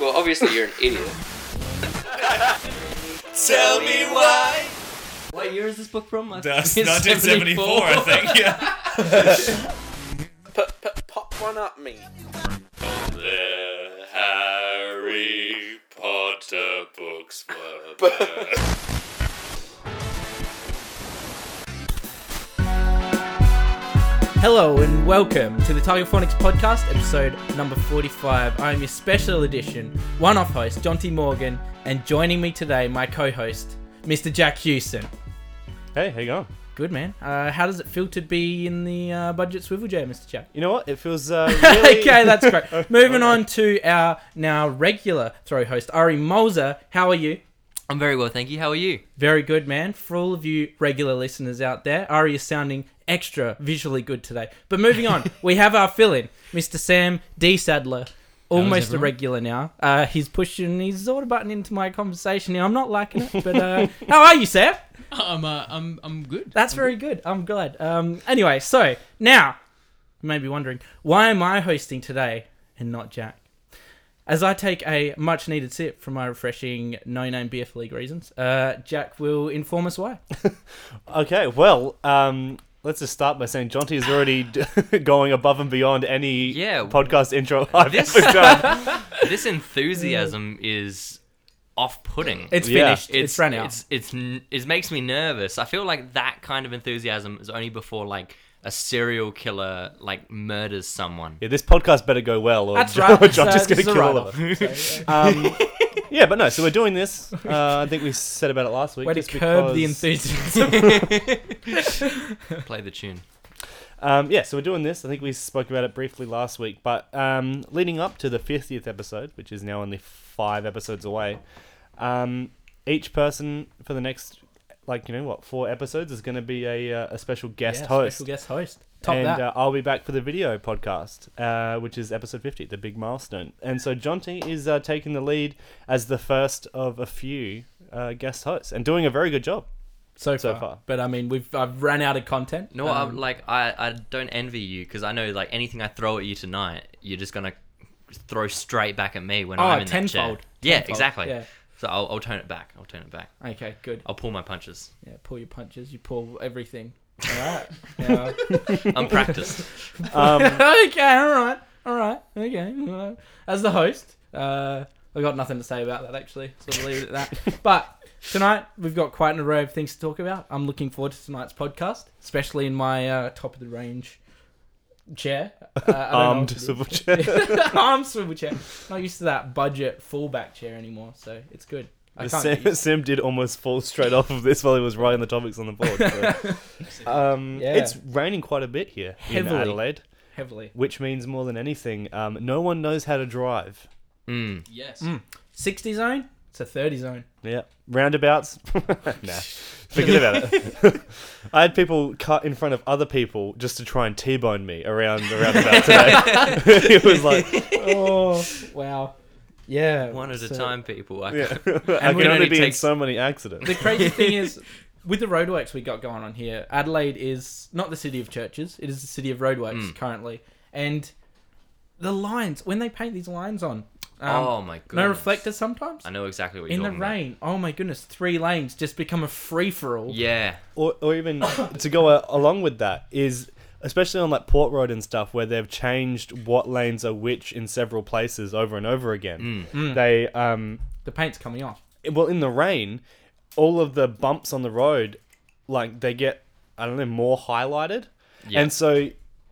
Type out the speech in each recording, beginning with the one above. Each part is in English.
Well, obviously you're an idiot. Tell me why. What year is this book from? That's 1974, I think. Yeah. Pop one up me. the Harry Potter books were. Hello and welcome to the Tiger Phonics podcast, episode number 45. I am your special edition one off host, John T. Morgan, and joining me today, my co host, Mr. Jack Houston. Hey, how you going? Good man. Uh, how does it feel to be in the uh, budget swivel jail, Mr. Jack? You know what? It feels uh, really... okay, that's great. Moving on to our now regular throw host, Ari Moser. How are you? I'm very well, thank you. How are you? Very good, man. For all of you regular listeners out there, Ari is sounding extra visually good today. But moving on, we have our fill in, Mr. Sam D. Sadler. Almost a everyone? regular now. Uh, he's pushing his sort of button into my conversation now. I'm not liking it, but uh, how are you, Sam? I'm uh, I'm I'm good. That's very good. I'm glad. Um, anyway, so now you may be wondering why am I hosting today and not Jack? As I take a much needed sip from my refreshing no name beer for league reasons, uh, Jack will inform us why. Okay, well, um, let's just start by saying Jonty is already d- going above and beyond any Yeah, podcast intro I've this- ever done. This enthusiasm is off-putting. It's Yeah. finished. It's, run out. It's, it's n- it makes me nervous. I feel like that kind of enthusiasm is only before like a serial killer like murders someone. yeah, this podcast better go well, or, That's Jon- right. or Jonty's It's, uh, going this is to a kill all of them. write-off. Um, yeah, but no, so we're doing this. Uh, I think we said about it last week. Way to just curb the because- enthusiasm. Play the tune. Um, yeah, so we're doing this. I think we spoke about it briefly last week, but um, leading up to the 50th episode, which is now only five episodes away, um, each person for the next, like, you know, what, four episodes is going to be a, uh, a special guest Yeah, host. Special guest host. Top and that. Uh, I'll be back for the video podcast, uh, which is episode 50, the big milestone. And so Jonty is uh, taking the lead as the first of a few uh, guest hosts and doing a very good job. so, so far. far. But I mean, we've I've run out of content. No, Um, I'm like I, I don't envy you because I know like anything I throw at you tonight, you're just gonna throw straight back at me when Oh, I'm in that chair. tenfold. Yeah, Tenfold, exactly. yeah. So I'll, I'll turn it back. I'll turn it back. Okay, good. I'll pull my punches. Yeah, pull your punches. You pull everything. All right. Yeah. I'm practiced. Um, okay, all right, all right, okay. all right. As the host, uh, I got nothing to say about that actually, so we'll leave it at that. But tonight we've got quite an array of things to talk about. I'm looking forward to tonight's podcast, especially in my uh, top of the range chair, uh, I don't know armed what it is. civil chair. armed swivel chair. Not used to that budget fullback chair anymore, so it's good. I can't. get Sim, used- Sim did almost fall straight off of this while he was writing the topics on the board. so. um, Yeah. It's raining quite a bit here Heavily. in Adelaide, Heavily. which means more than anything, um, no one knows how to drive. Mm. Yes. 60 zone? It's a 30 zone. Yeah, roundabouts. nah, forget about it. I had people cut in front of other people just to try and t-bone me around the roundabout today. it was like, Oh, wow. Yeah. One at a so- time, people. I yeah, can't- I we can only only be in take- so many accidents. The crazy thing is, with the roadworks we got going on here, Adelaide is not the city of churches. It is the city of roadworks Mm. currently, and the lines when they paint these lines on, um, oh my god. no reflectors sometimes I know exactly what you're in the talking about. rain. Oh my goodness, three lanes just become a free for all. Yeah. or, or even to go a- along with that is especially on like port road and stuff where they've changed what lanes are which in several places over and over again Mm. they um The paint's coming off. well in the rain all of the bumps on the road like they get i don't know more highlighted Yeah. and so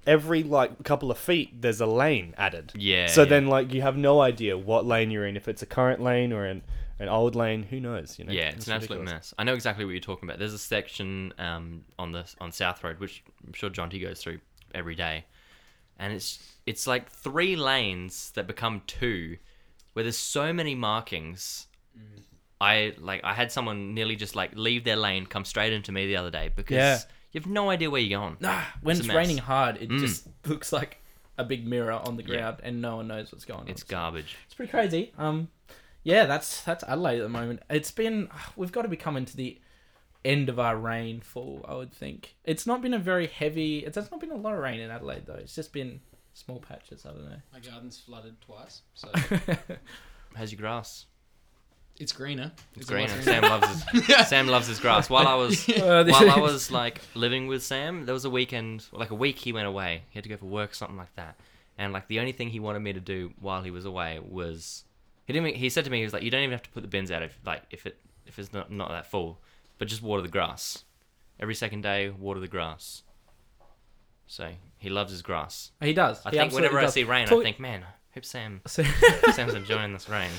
every like couple of feet there's a lane added Yeah, so yeah. then like you have no idea what lane you're in if it's a current lane or an an old lane who knows you know Yeah, it's an absolute ridiculous. mess. I know exactly what you're talking about. There's a section um, on the on South Road, which I'm sure Jonty goes through every day, and it's it's like three lanes that become two, where there's so many markings. I like I had someone nearly just like leave their lane, come straight into me the other day because Yeah. you have no idea where you're going. Nah, Ah, when Ah, It's a it's, mess. Mm. raining hard, it just looks like a big mirror on the Yeah. ground, and no one knows what's going on. It's So- garbage. It's pretty crazy. Um, yeah, that's that's Adelaide at the moment. It's been we've got to be coming to the end of our rainfall. I would think it's not been a very heavy. It's, there's not been a lot of rain in Adelaide though. It's just been small patches. I don't know. My garden's flooded twice. So How's your grass? It's greener. It's a lot green. Sam loves his Sam loves his grass. While I was Uh, this while I is- was like living with Sam, there was a weekend, like a week he went away. He had to go for work, something like that. And like the only thing he wanted me to do while he was away was he didn't. He said to me, he was like, "You don't even have to put the bins out if like if it if it's not not that full, but just water the grass every second day. Water the grass." So he loves his grass. Oh, He does. I He think whenever absolutely I see rain, Talk- I think, man, I hope Sam does. Sam's enjoying this rain.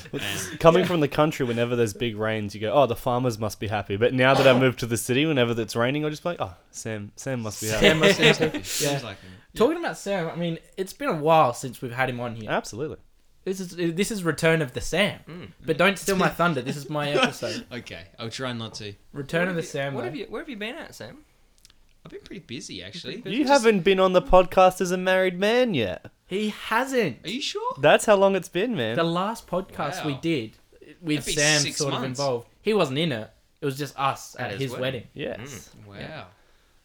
Coming from the country, whenever there's big rains, you go, "Oh, the farmers must be happy." But now that I moved to the city, whenever it's raining, I just be like, "Oh, Sam, Sam must be happy." Sam must be happy. Seems Yeah. like him. Talking about Sam, I mean, it's been a while since we've had him on Ah. here. Absolutely. This is this is Return of the Sam. Mm. But don't steal my thunder. This is my episode. Okay, I'll try not to. Return What of the have you- Sam. What though. have you? Where have you been at, Sam? I've been pretty busy actually. You haven't been on the podcast as a married man yet. He hasn't. Are you sure? That's how long it's been, The man. last podcast we Wow. did with That'd be Sam six sort of months. involved. He wasn't in it. It was just us At at, his his wedding. wedding. Yes. Wow.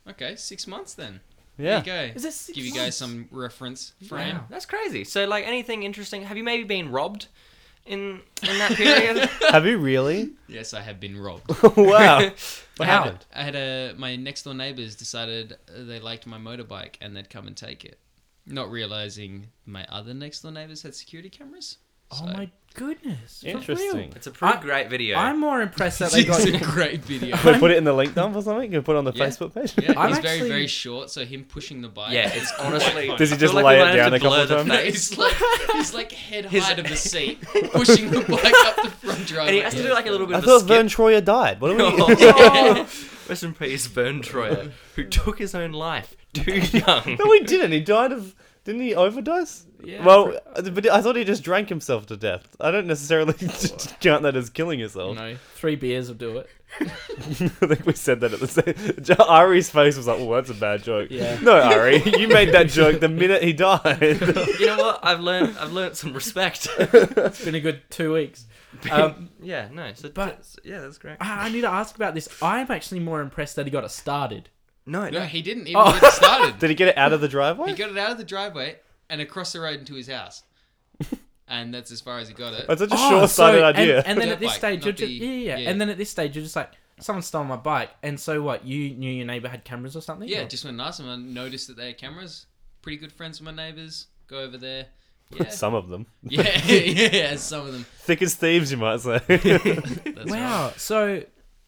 Okay, six months then. Yeah. There you go. Is it six Give you months? guys some reference frame. Wow, that's crazy. So, like, anything interesting? Have you maybe been robbed in in that period? Have you really? Yes, I have been robbed. wow. What I had- happened? I had a my next door neighbors decided uh, they liked my motorbike and they'd come and take it, not realizing my other next door neighbors had security cameras. Oh my goodness. for real. Interesting. it's a pretty I- great video. I'm more impressed that they got. It's a great video. Can we put it in the link dump or something? Can we put it on the Yeah. Facebook page? Yeah, I'm he's very actually- very short, so him pushing the bike. yeah, it's honestly. Does he I feel just like lay we it might have down to a blur couple the times? No, face. he's like he's like head His- height of the seat, pushing the bike up the front driveway. And he has to do like a little bit I of a thought skip. Vern Troyer died. What are we? Oh. Rest in peace, Vern Troyer, who took his own life too young. No, he didn't. He died of. Didn't he overdose? Yeah. well, uh, but I thought he just drank himself to death. I don't necessarily count that as killing yourself. No, Three beers will do it. I think we said that at the same. Ari's face was like, "Well, that's a bad joke." Yeah. No, Ari, you made that joke the minute he died. You know what? I've learned. I've learned some respect. It's been a good two weeks. Um, yeah, no. So, But- so- yeah, that's great. I I need to ask about this. I'm actually more impressed that he got it started. No, no, he didn't even Oh. get started. Did he get it out of the He driveway? got it out of the driveway and across the road into his house, and that's as far as he got it. That's such a Oh, short-sighted so- and- idea. And, then Dirt at this bike, stage, you're not just the- yeah, yeah, yeah. And then at this stage, you're just like, someone stole my bike, and so what? You knew your neighbor had cameras or something. Yeah, Or- just went and asked them. I noticed that they had cameras. Pretty good friends with my neighbors. Go over there. Yeah, Some of them, yeah, yeah. Some of them. thick as thieves, you might say. That's right. wow. So,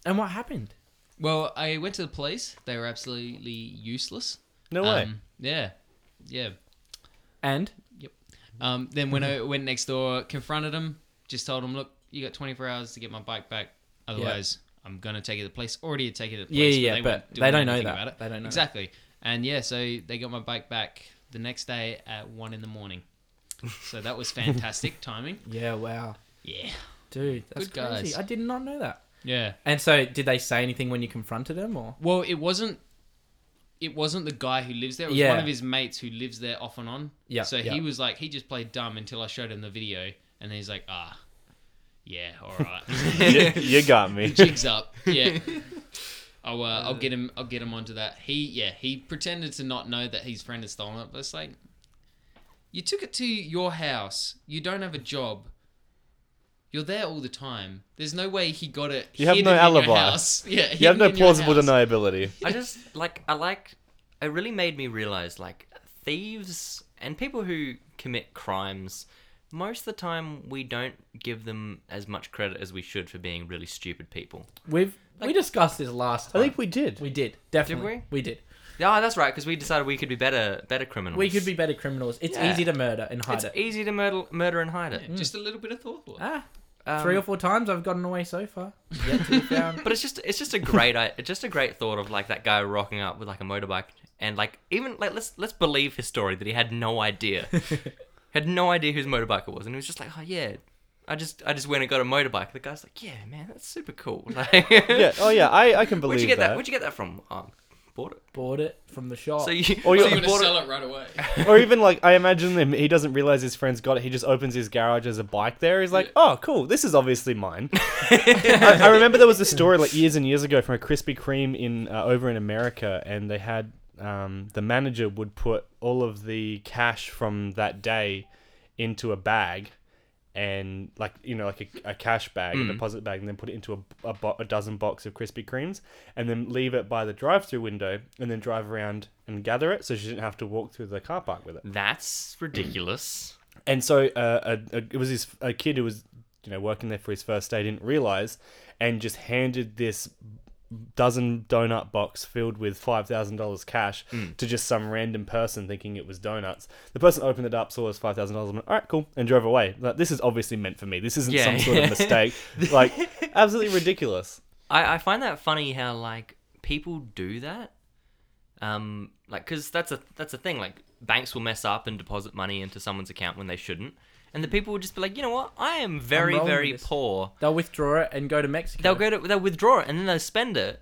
and what happened? Well, I went to the police. They were absolutely useless. no way. Um, yeah, yeah. And Um, then when Mm-hmm. I went next door, confronted him, just told him, look, you got 24 hours to get my bike back. Otherwise, I'm going to take it to the police. Already had taken it to the Yeah, police. yeah, but weren't they doing don't know anything that. They don't know. Exactly. And yeah, so they got my bike back the next day at 1 in the morning. So that was fantastic timing. yeah, wow, Yeah. dude, that's Good crazy. guys. I did not know that. Yeah. And so, did they say anything when you confronted them, or Well, it wasn't. It wasn't the guy who lives there. It was Yeah. one of his mates who lives there off and on. Yeah, So yeah. he was like, he just played dumb until I showed him the video, and then he's like, ah, yeah, all right, you, you got me. jigs up, yeah. I'll, uh, I'll get him. I'll get him onto that. He, yeah, he pretended to not know that his friend had stolen it, but it's like, you took it to your house. You don't have a job. You're there all the time. There's no way he got it. You have hidden no in your alibi. house. Yeah, You hidden have no in your plausible house. deniability. I just like I like it really made me realize like thieves and people who commit crimes most of the time we don't give them as much credit as we should for being really stupid people. we've we discussed this last I time. think we did. we did definitely. we? did. Yeah, Ah, that's right because we decided we could be better better criminals. We could be better criminals. It's Yeah. easy to murder and hide It's e- it. easy to murder murder and hide it. Just a little bit of thought. ah, Um, three or four times I've gotten away so far. Yet to be found. But it's just it's just a great i- it's just a great thought of like that guy rocking up with like a motorbike and like even like let's let's believe his story that he had no idea had no idea whose motorbike it was and he was just like oh yeah I just I just went and got a motorbike the guy's like yeah man that's super cool like, Yeah. Oh yeah. I, I can believe where'd you get that, that. where'd you get that from oh, bought it Bought it from the shop. so you Or or you- you, I'm so you bought it it right away. or even like I imagine him he doesn't realize his friend's got it he just opens his garage as a bike there he's like oh cool this is obviously mine I, I remember there was a story like years and years ago from a Krispy Kreme in uh, over in America and they had um, the manager would put all of the cash from that day into a bag and like you know like a, a cash bag, a deposit bag, and then put it into a, a, bo- a dozen box of Krispy Kremes, and then leave it by the drive-through window, and then drive around and gather it, so she didn't have to walk through the car park with it. That's ridiculous. And so uh, a, a, it was this a kid who was you know working there for his first day didn't realize, and just handed this dozen donut box filled with five thousand dollars cash to just some random person thinking it was donuts. The person opened it up, saw it was five thousand dollars, and went, "All right, cool," and drove away. Like, this is obviously meant for me. This isn't Yeah, some sort of yeah. mistake. like absolutely ridiculous. I, I find that funny how like people do that, um, like because that's a that's a thing. Like banks will mess up and deposit money into someone's account when they shouldn't, and the people will just be like, you know what, I am very rolling Hmm. with very this." poor. They'll withdraw it and go to Mexico. They'll go to they'll withdraw it and then they'll spend it.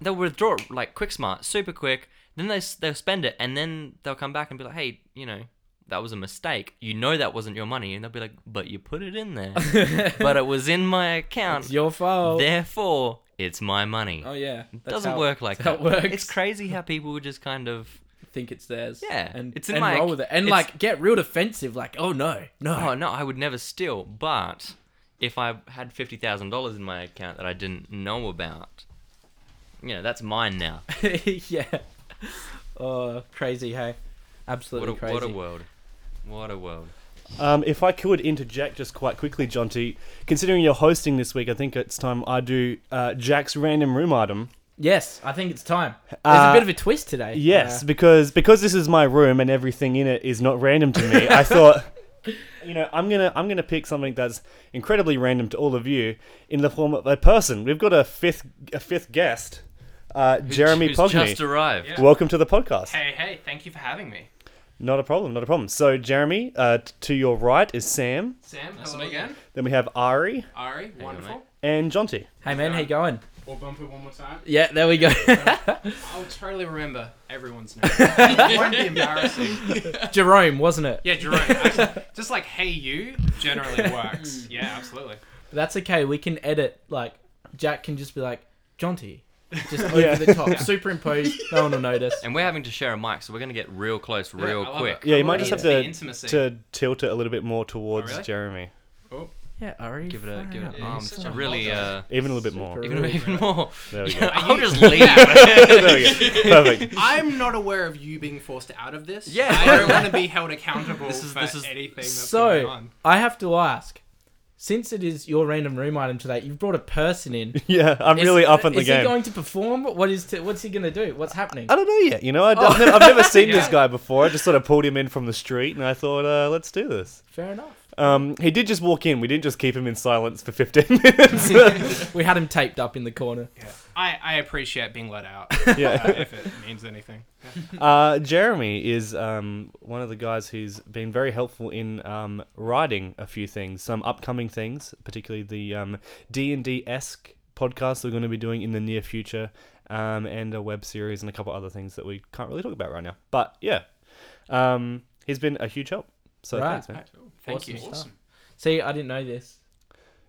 They'll withdraw it like quick smart, super quick. Then they s- they'll spend it and then they'll come back and be like, hey, you know. That was a mistake. You know that wasn't your money, and they'll be like, "But you put it in there, but it was in my account. It's your fault. Therefore, it's my money." oh yeah, That's doesn't how- work like that's that. how it works. It's crazy how people would just kind of think it's theirs. Yeah, and it's in and my roll ac- with it, and it's- like get real defensive. Like, oh no, no, oh no, I would never steal, but if I had fifty thousand dollars in my account that I didn't know about, you know that's mine now. yeah. Oh, crazy, hey. What a, Absolutely crazy. what a world! What a world! Um, if I could interject just quite quickly, Jonty, considering you're hosting this week, I think it's time I do uh, Jack's random room item. Yes, I think it's time. There's Uh, a bit of a twist today. Yes, Uh, because because this is my room and everything in it is not random to me. I thought, you know, I'm gonna I'm gonna pick something that's incredibly random to all of you in the form of a person. We've got a fifth a fifth guest, uh, Jeremy Who's Pogney. just arrived. Yeah. Welcome to the podcast. Hey, hey, thank you for having me. Not a problem, not a problem. So Jeremy, uh, t- to your right is Sam. Sam, Nice to hello meet you. again. Then we have Ari Ari, wonderful. mate. and Jonty. hey man, how you going? Or bump it one more time. Yeah, there we go. I'll totally remember everyone's name. it won't be embarrassing. Jerome, wasn't it? Yeah, Jerome. actually, Just like hey you generally works. Yeah, absolutely. That's okay. We can edit. Like Jack can just be like Jonty, just over Yeah. the top, superimposed. No one will notice. And we're having to share a mic, so we're gonna get real close, real I love quick. Yeah, you I might love just it. have It's the to- intimacy. To tilt it a little bit more towards Oh, really? Jeremy, Yeah, Ari. Give it a give it Yeah, a you're um, such a really hot uh, even a little bit more. Super- even even more. There we go. I'll just leave. there we go. Perfect. I'm not aware of you being forced out of this. Yeah. I don't want to be held accountable This is- for this is- anything that's going So on. I have to ask, since it is your random room item today, you've brought a person in. Yeah, I'm Is- really up on the is game. Uh, he going to perform? What is? To, what's he going to do? What's happening? I don't know yet. You know, I, have never, I've never seen this guy before. I just sort of pulled him in from the street, and I thought, uh, let's do this. Fair enough. Um, he did just walk in. We didn't just keep him in silence for 15 minutes. We had him taped up in the corner. Yeah. I, I appreciate being let out uh, yeah. if it means anything. Uh, Jeremy is um, one of the guys who's been very helpful in um, writing a few things, some upcoming things, particularly the um, D and D esque podcast we're going to be doing in the near future, um, and a web series and a couple other things that we can't really talk about right now. But yeah, um, he's been a huge help. So Right. thanks, man. Thank Awesome you. stuff. See, I didn't know this.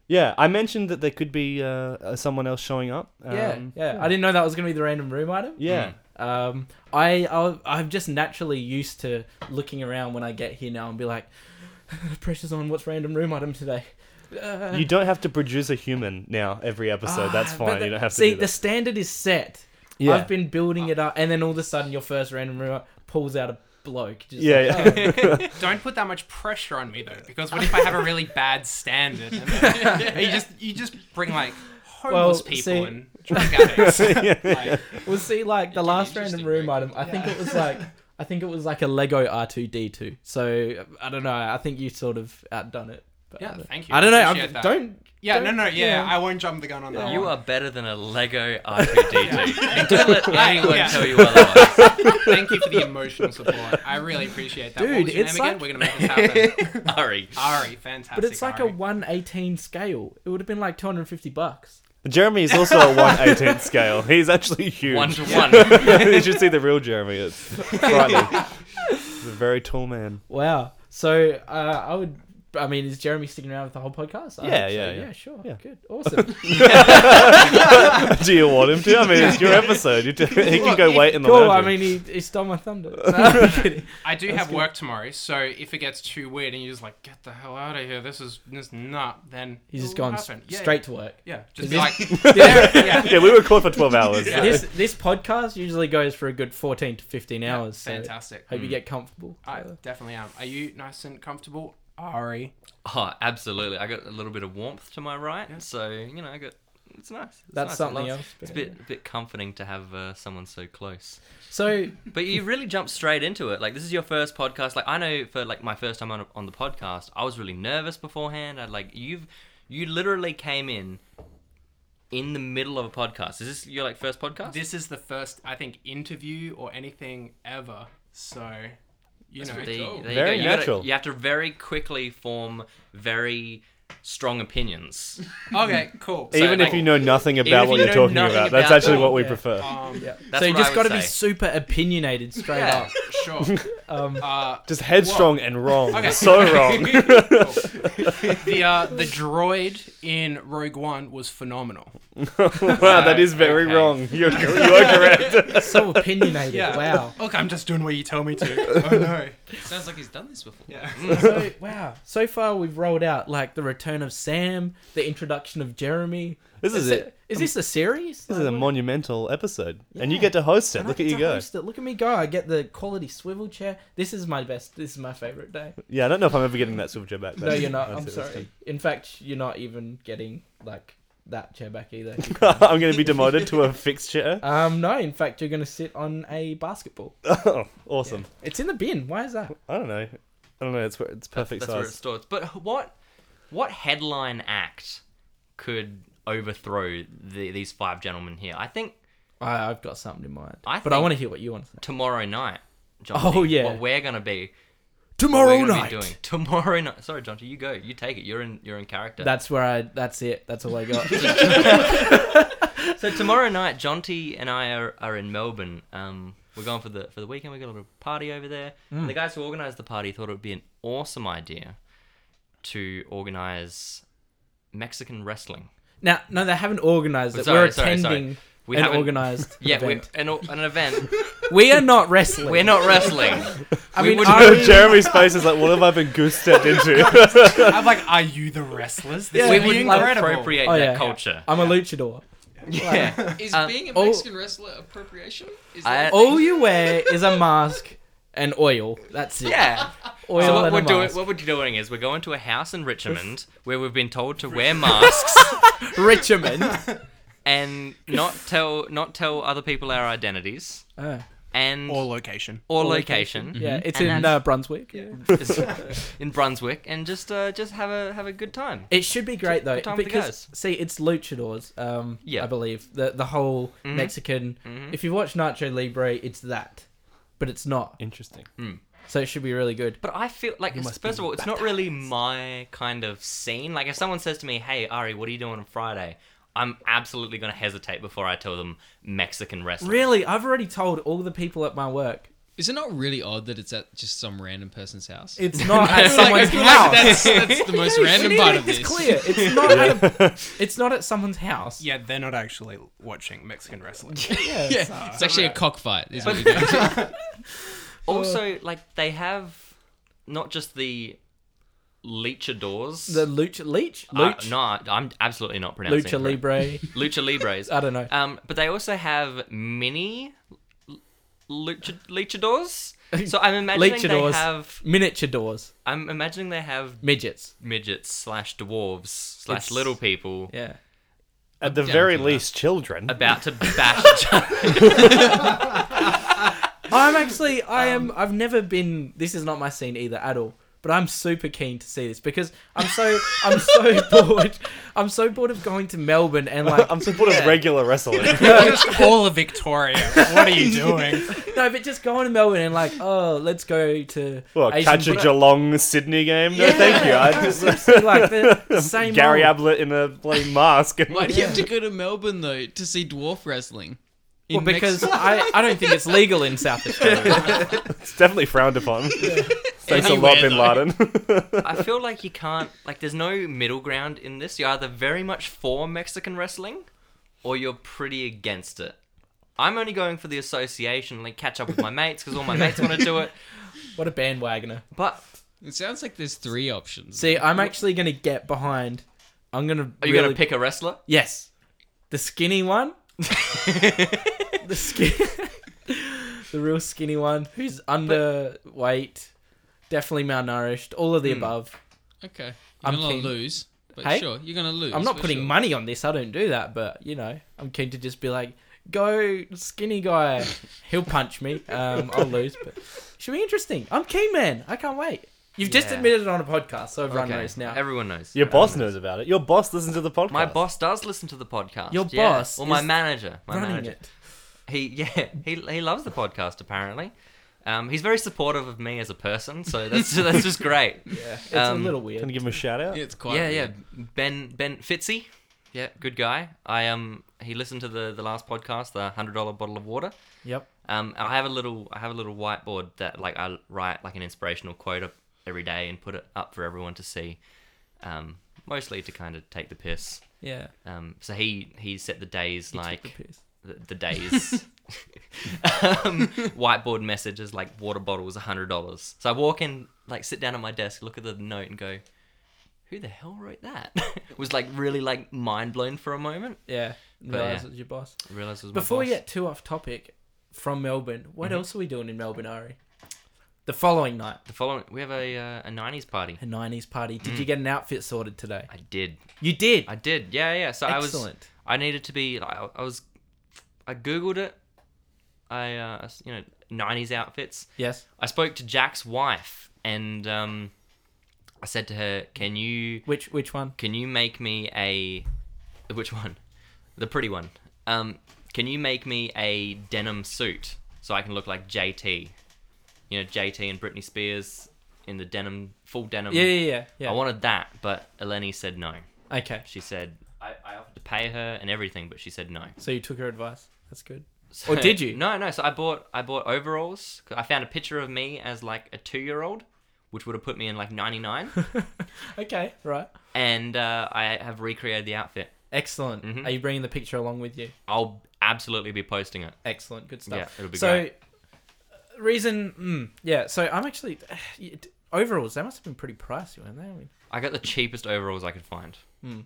Yeah, I mentioned that there could be uh, uh, someone else showing up. Um, yeah, yeah, I didn't know that was going to be the random room item. yeah. Um, I, I I'm just naturally used to looking around when I get here now and be like, pressure's on. What's random room item today? Uh, You don't have to produce a human now every episode. That's ah, fine. but the- you don't have to see do the that. standard is set. Yeah. I've been building it up, and then all of a sudden, your first random room item pulls out a bloke. Just Yeah, like, yeah. "Oh, Don't put that much pressure on me though, because what if I have a really bad standard? And then you just you just bring like homeless Well, people see- and drug addicts. Like, Well, see, like It's the an last interesting random room break. item, I think it was like I think it was like a Lego R two D two. So I don't know. I think you sort of outdone it. But yeah, I don't- thank you. I don't know. Appreciate I'm, that. don't. Yeah, don't- no, no, yeah, I won't jump the gun on Oh. that. You one. are better than a Lego R2D2. Until let anyone Yeah. tell you otherwise. Thank you for the emotional support. I really appreciate that. what Dude, was your it's name again? like- We're gonna make this happen. Ari. Ari, fantastic. But it's like a Ari. one eighteen scale. It would have been like two hundred and fifty bucks. Jeremy is also a 118th scale. He's actually huge. One to one. you should see the real Jeremy. It's frightening. He's a very tall man. Wow. So uh, I would I mean, is Jeremy sticking around with the whole podcast? I Yeah, hope so. yeah, yeah. yeah, sure, Yeah. good, awesome. do you want him to? I mean, it's your episode. You do, he can Look, go if- wait in the cool. lounge I room. mean, he, he stole my thunder. No, I'm kidding. I do have work tomorrow, so if it gets too weird and you're just like, get the hell out of here, this is this is not, then He's just it will gone s- happen. Yeah, straight to work. Yeah, just Is be like, this- yeah, yeah. yeah, we were caught for twelve hours. Yeah. This this podcast usually goes for a good fourteen to fifteen hours. Oh, so fantastic. Hope you Mm. get comfortable. I definitely am. Are you nice and comfortable, Ari? Oh, absolutely. I got a little bit of warmth to my right, so you know, I got. It's nice. It's That's nice. I something love- else, but It's a bit, bit comforting to have uh, someone so close. So But you really jumped straight into it. Like this is your first podcast. Like I know for like my first time on, on the podcast, I was really nervous beforehand. I'd like you've you literally came in in the middle of a podcast. Is this your like first podcast? This is the first, I think, interview or anything ever. So, you know, There you- there you Very go. You gotta- natural. you have to very quickly form very strong opinions. okay, cool. So, Even if like- you know nothing Even about if what you you are know talking nothing about, that's about- actually what we Yeah. prefer. um, yeah. That's so you what I just would got to be say. super opinionated straight Yeah. sure. up. Um, Uh, Just headstrong and wrong. Okay. So wrong. Cool. the uh, the droid in Rogue One was phenomenal. wow, that is very Okay. wrong. You're, you are correct. so opinionated. Yeah. Wow. Look, I'm just doing what you tell me to. oh no. Sounds like he's done this before. Mm. Yeah. So wow. So far we've rolled out like the return of Sam, the introduction of Jeremy. This is it. Is this a series? This is a Like, what- monumental episode, and you Yeah. get to host it. And I Look get at you to go. host it. Look at me go. I get the quality swivel chair. This is my best. This is my favorite day. Yeah, I don't know if I'm ever getting that super jet back. No, That's- you're not. that's I'm it, that's sorry. In fact, you're not even getting like that chair back either. done. I'm going to be demoted to a fixed chair. um, no. In fact, you're gonna sit on a basketball. Oh, awesome. It's in the bin. Why is that? I don't know. I don't know. It's it's perfect That's where it size. starts. But what what headline act could overthrow the, these five gentlemen here? I think I, I've got something in mind. I but I think- want to hear what you want to say. tomorrow night, John. Oh, yeah. what we're gonna be what Tomorrow we're gonna be doing tomorrow night. Sorry, John, you go. You take it. You're in. You're in character. That's where I. That's it. That's all I got. so tomorrow night, Jonty and I are, are in Melbourne. Um, we're going for the for the weekend. We got a little party over there. Mm. And the guys who organised the party thought it would be an awesome idea to organise Mexican wrestling. now, no, they haven't organised it. Sorry, We're sorry, sorry. attending We an haven't- organised Yeah, event. We're, an, o- an event. We are not wrestling. We're not wrestling. I we mean, wouldn't- are we- Jeremy's face is like, what have I been goose stepped into? I'm like, are you the wrestlers? This we would be would not incredible. appropriate Oh, that yeah. culture. I'm a luchador. Yeah. Is Uh, being a oh- Mexican wrestler appropriation? Is I- that All you wear is a mask and oil. That's it. yeah. Oil so what and we're a doing, mask. what we're doing is we're going to a house in Richmond where we've been told to wear masks Richmond. and not tell not tell other people our identities Oh. and Or location. or location. Yeah, it's Mm-hmm. And in that's- uh, Brunswick. in Brunswick and just uh, just have a have a good time. It should be great though Good time for the because see, it's luchadors. Um, Yeah. I believe the the whole Mexican. If you watch Nacho Libre, it's that, but it's not. Interesting. So it should be really good. But I feel like it's- first of all, it's not really my kind of scene. Like if someone says to me, "Hey Ari, what are you doing on Friday?" I'm absolutely going to hesitate before I tell them Mexican wrestling. Really, I've already told all the people at my work. is it not really odd that it's at just some random person's house? It's not at It's like- someone's it's like house. That's, that's the most We random need to part make of this. clear. It's not. At a, it's not at someone's house. Yeah, they're not actually watching Mexican wrestling. Yeah. Yeah, it's actually a cockfight. Is what you're doing. Also, like they have not just the luchadors. The lucha leech, Uh, luch, no, I'm absolutely not pronouncing lucha it correct. libre. Lucha Libres. I don't know. Um, but they also have mini l- lucha, luchadors. So I'm imagining Luchadors. they have. Miniature doors, I'm imagining they have midgets. midgets slash dwarves slash It's- little people Yeah. At the down very for that. least, children. about to bash. each other. I'm actually I am I've never been this is not my scene either at all. But I'm super keen to see this because I'm so I'm so bored. I'm so bored of going to Melbourne and like I'm supportive of regular wrestling. Just all of Victoria. What are you doing? no, but just going to Melbourne and like oh let's go to Well, Asian catch a Bro- Geelong Sydney game? No, Yeah. thank you. I just See, like the, the same Gary old- Ablett in a bloody mask. Why do you have to go to Melbourne though to see dwarf wrestling? Well, in because Mexico. I, I don't think it's legal in South Australia. It's definitely frowned upon. Thanks a lot, Bin Anywhere, Laden. I feel like you can't like there's no middle ground in this. You're either very much for Mexican wrestling or you're pretty against it. I'm only going for the association, like catch up with my mates because all my mates want to do it. what a bandwagoner. But It sounds like there's three options. See, I'm actually going to get behind. I'm going to. are you gonna pick a wrestler? Yes. The skinny one. the skin. the real skinny one who's underweight, definitely malnourished, all of the above. okay, you're I'm gonna keen. lose, but Hey? sure, you're gonna lose. I'm not for putting sure. money on this. I don't do that, but you know, I'm keen to just be like, go skinny guy. He'll punch me. Um, I'll lose, but should be interesting. I'm keen, man. I can't wait. You've just Yeah. admitted it on a podcast, so everyone Okay, knows now. Everyone knows. Your Everyone boss knows. knows about it. Your boss listens to the podcast. My boss does listen to the podcast. Your yeah. boss Well, my is manager. My running manager. it. He yeah. He he loves the podcast apparently. Um, he's very supportive of me as a person, so that's that's just great. Yeah, it's Um, a little Can weird. you give him a shout out? Yeah, it's quite. yeah, weird. yeah. Ben Ben Fitzy, yeah, good guy. I um he listened to the the last podcast, the hundred dollar bottle of water. Yep. Um, I have a little I have a little whiteboard that like I write like an inspirational quote up every day and put it up for everyone to see. Um, mostly to kind of take the piss. Yeah. Um, so he he set the days like Took the piss. the, the days. um, whiteboard messages like water bottles, hundred dollars. So I walk in, like sit down at my desk, look at the note, and go, "Who the hell wrote that?" was like really like mind blown for a moment. Yeah. Realize it was your boss. I realized it was my Before we boss. Mm-hmm. get too off topic from Melbourne, what else are we doing in Melbourne, Ari? The following night, the following, we have a uh, a nineties party. a 90s party. Did you get an outfit sorted today? I did, You did. Mm. I did, yeah, yeah. So I was, Excellent. I needed to be, I, I was, I googled it. I uh, you know, nineties outfits. Yes. I spoke to Jack's wife, and um, I said to her, "Can you Which which one? can you make me a which one? The pretty one. Um, can you make me a denim suit so I can look like JT? You know, JT and Britney Spears in the denim, full denim. Yeah, yeah, yeah. yeah. Mm. I wanted that, but Eleni said no. okay. She said I, I offered to pay her and everything, but she said no. So you took her advice. That's good. So- Or did you? No, no. So I bought I bought overalls. 'cause I found a picture of me as like a two year old, which would have put me in like ninety nine, Okay, right. and uh, I have recreated the outfit. Excellent. Mhm. Are you bringing the picture along with you? I'll absolutely be posting it. Excellent. Good stuff. Yeah, it'll be so, great. uh, reason, mm, yeah. So I'm actually you- d- overalls. They must have been pretty pricey, weren't they? I mean, I got the cheapest overalls I could find Hmm.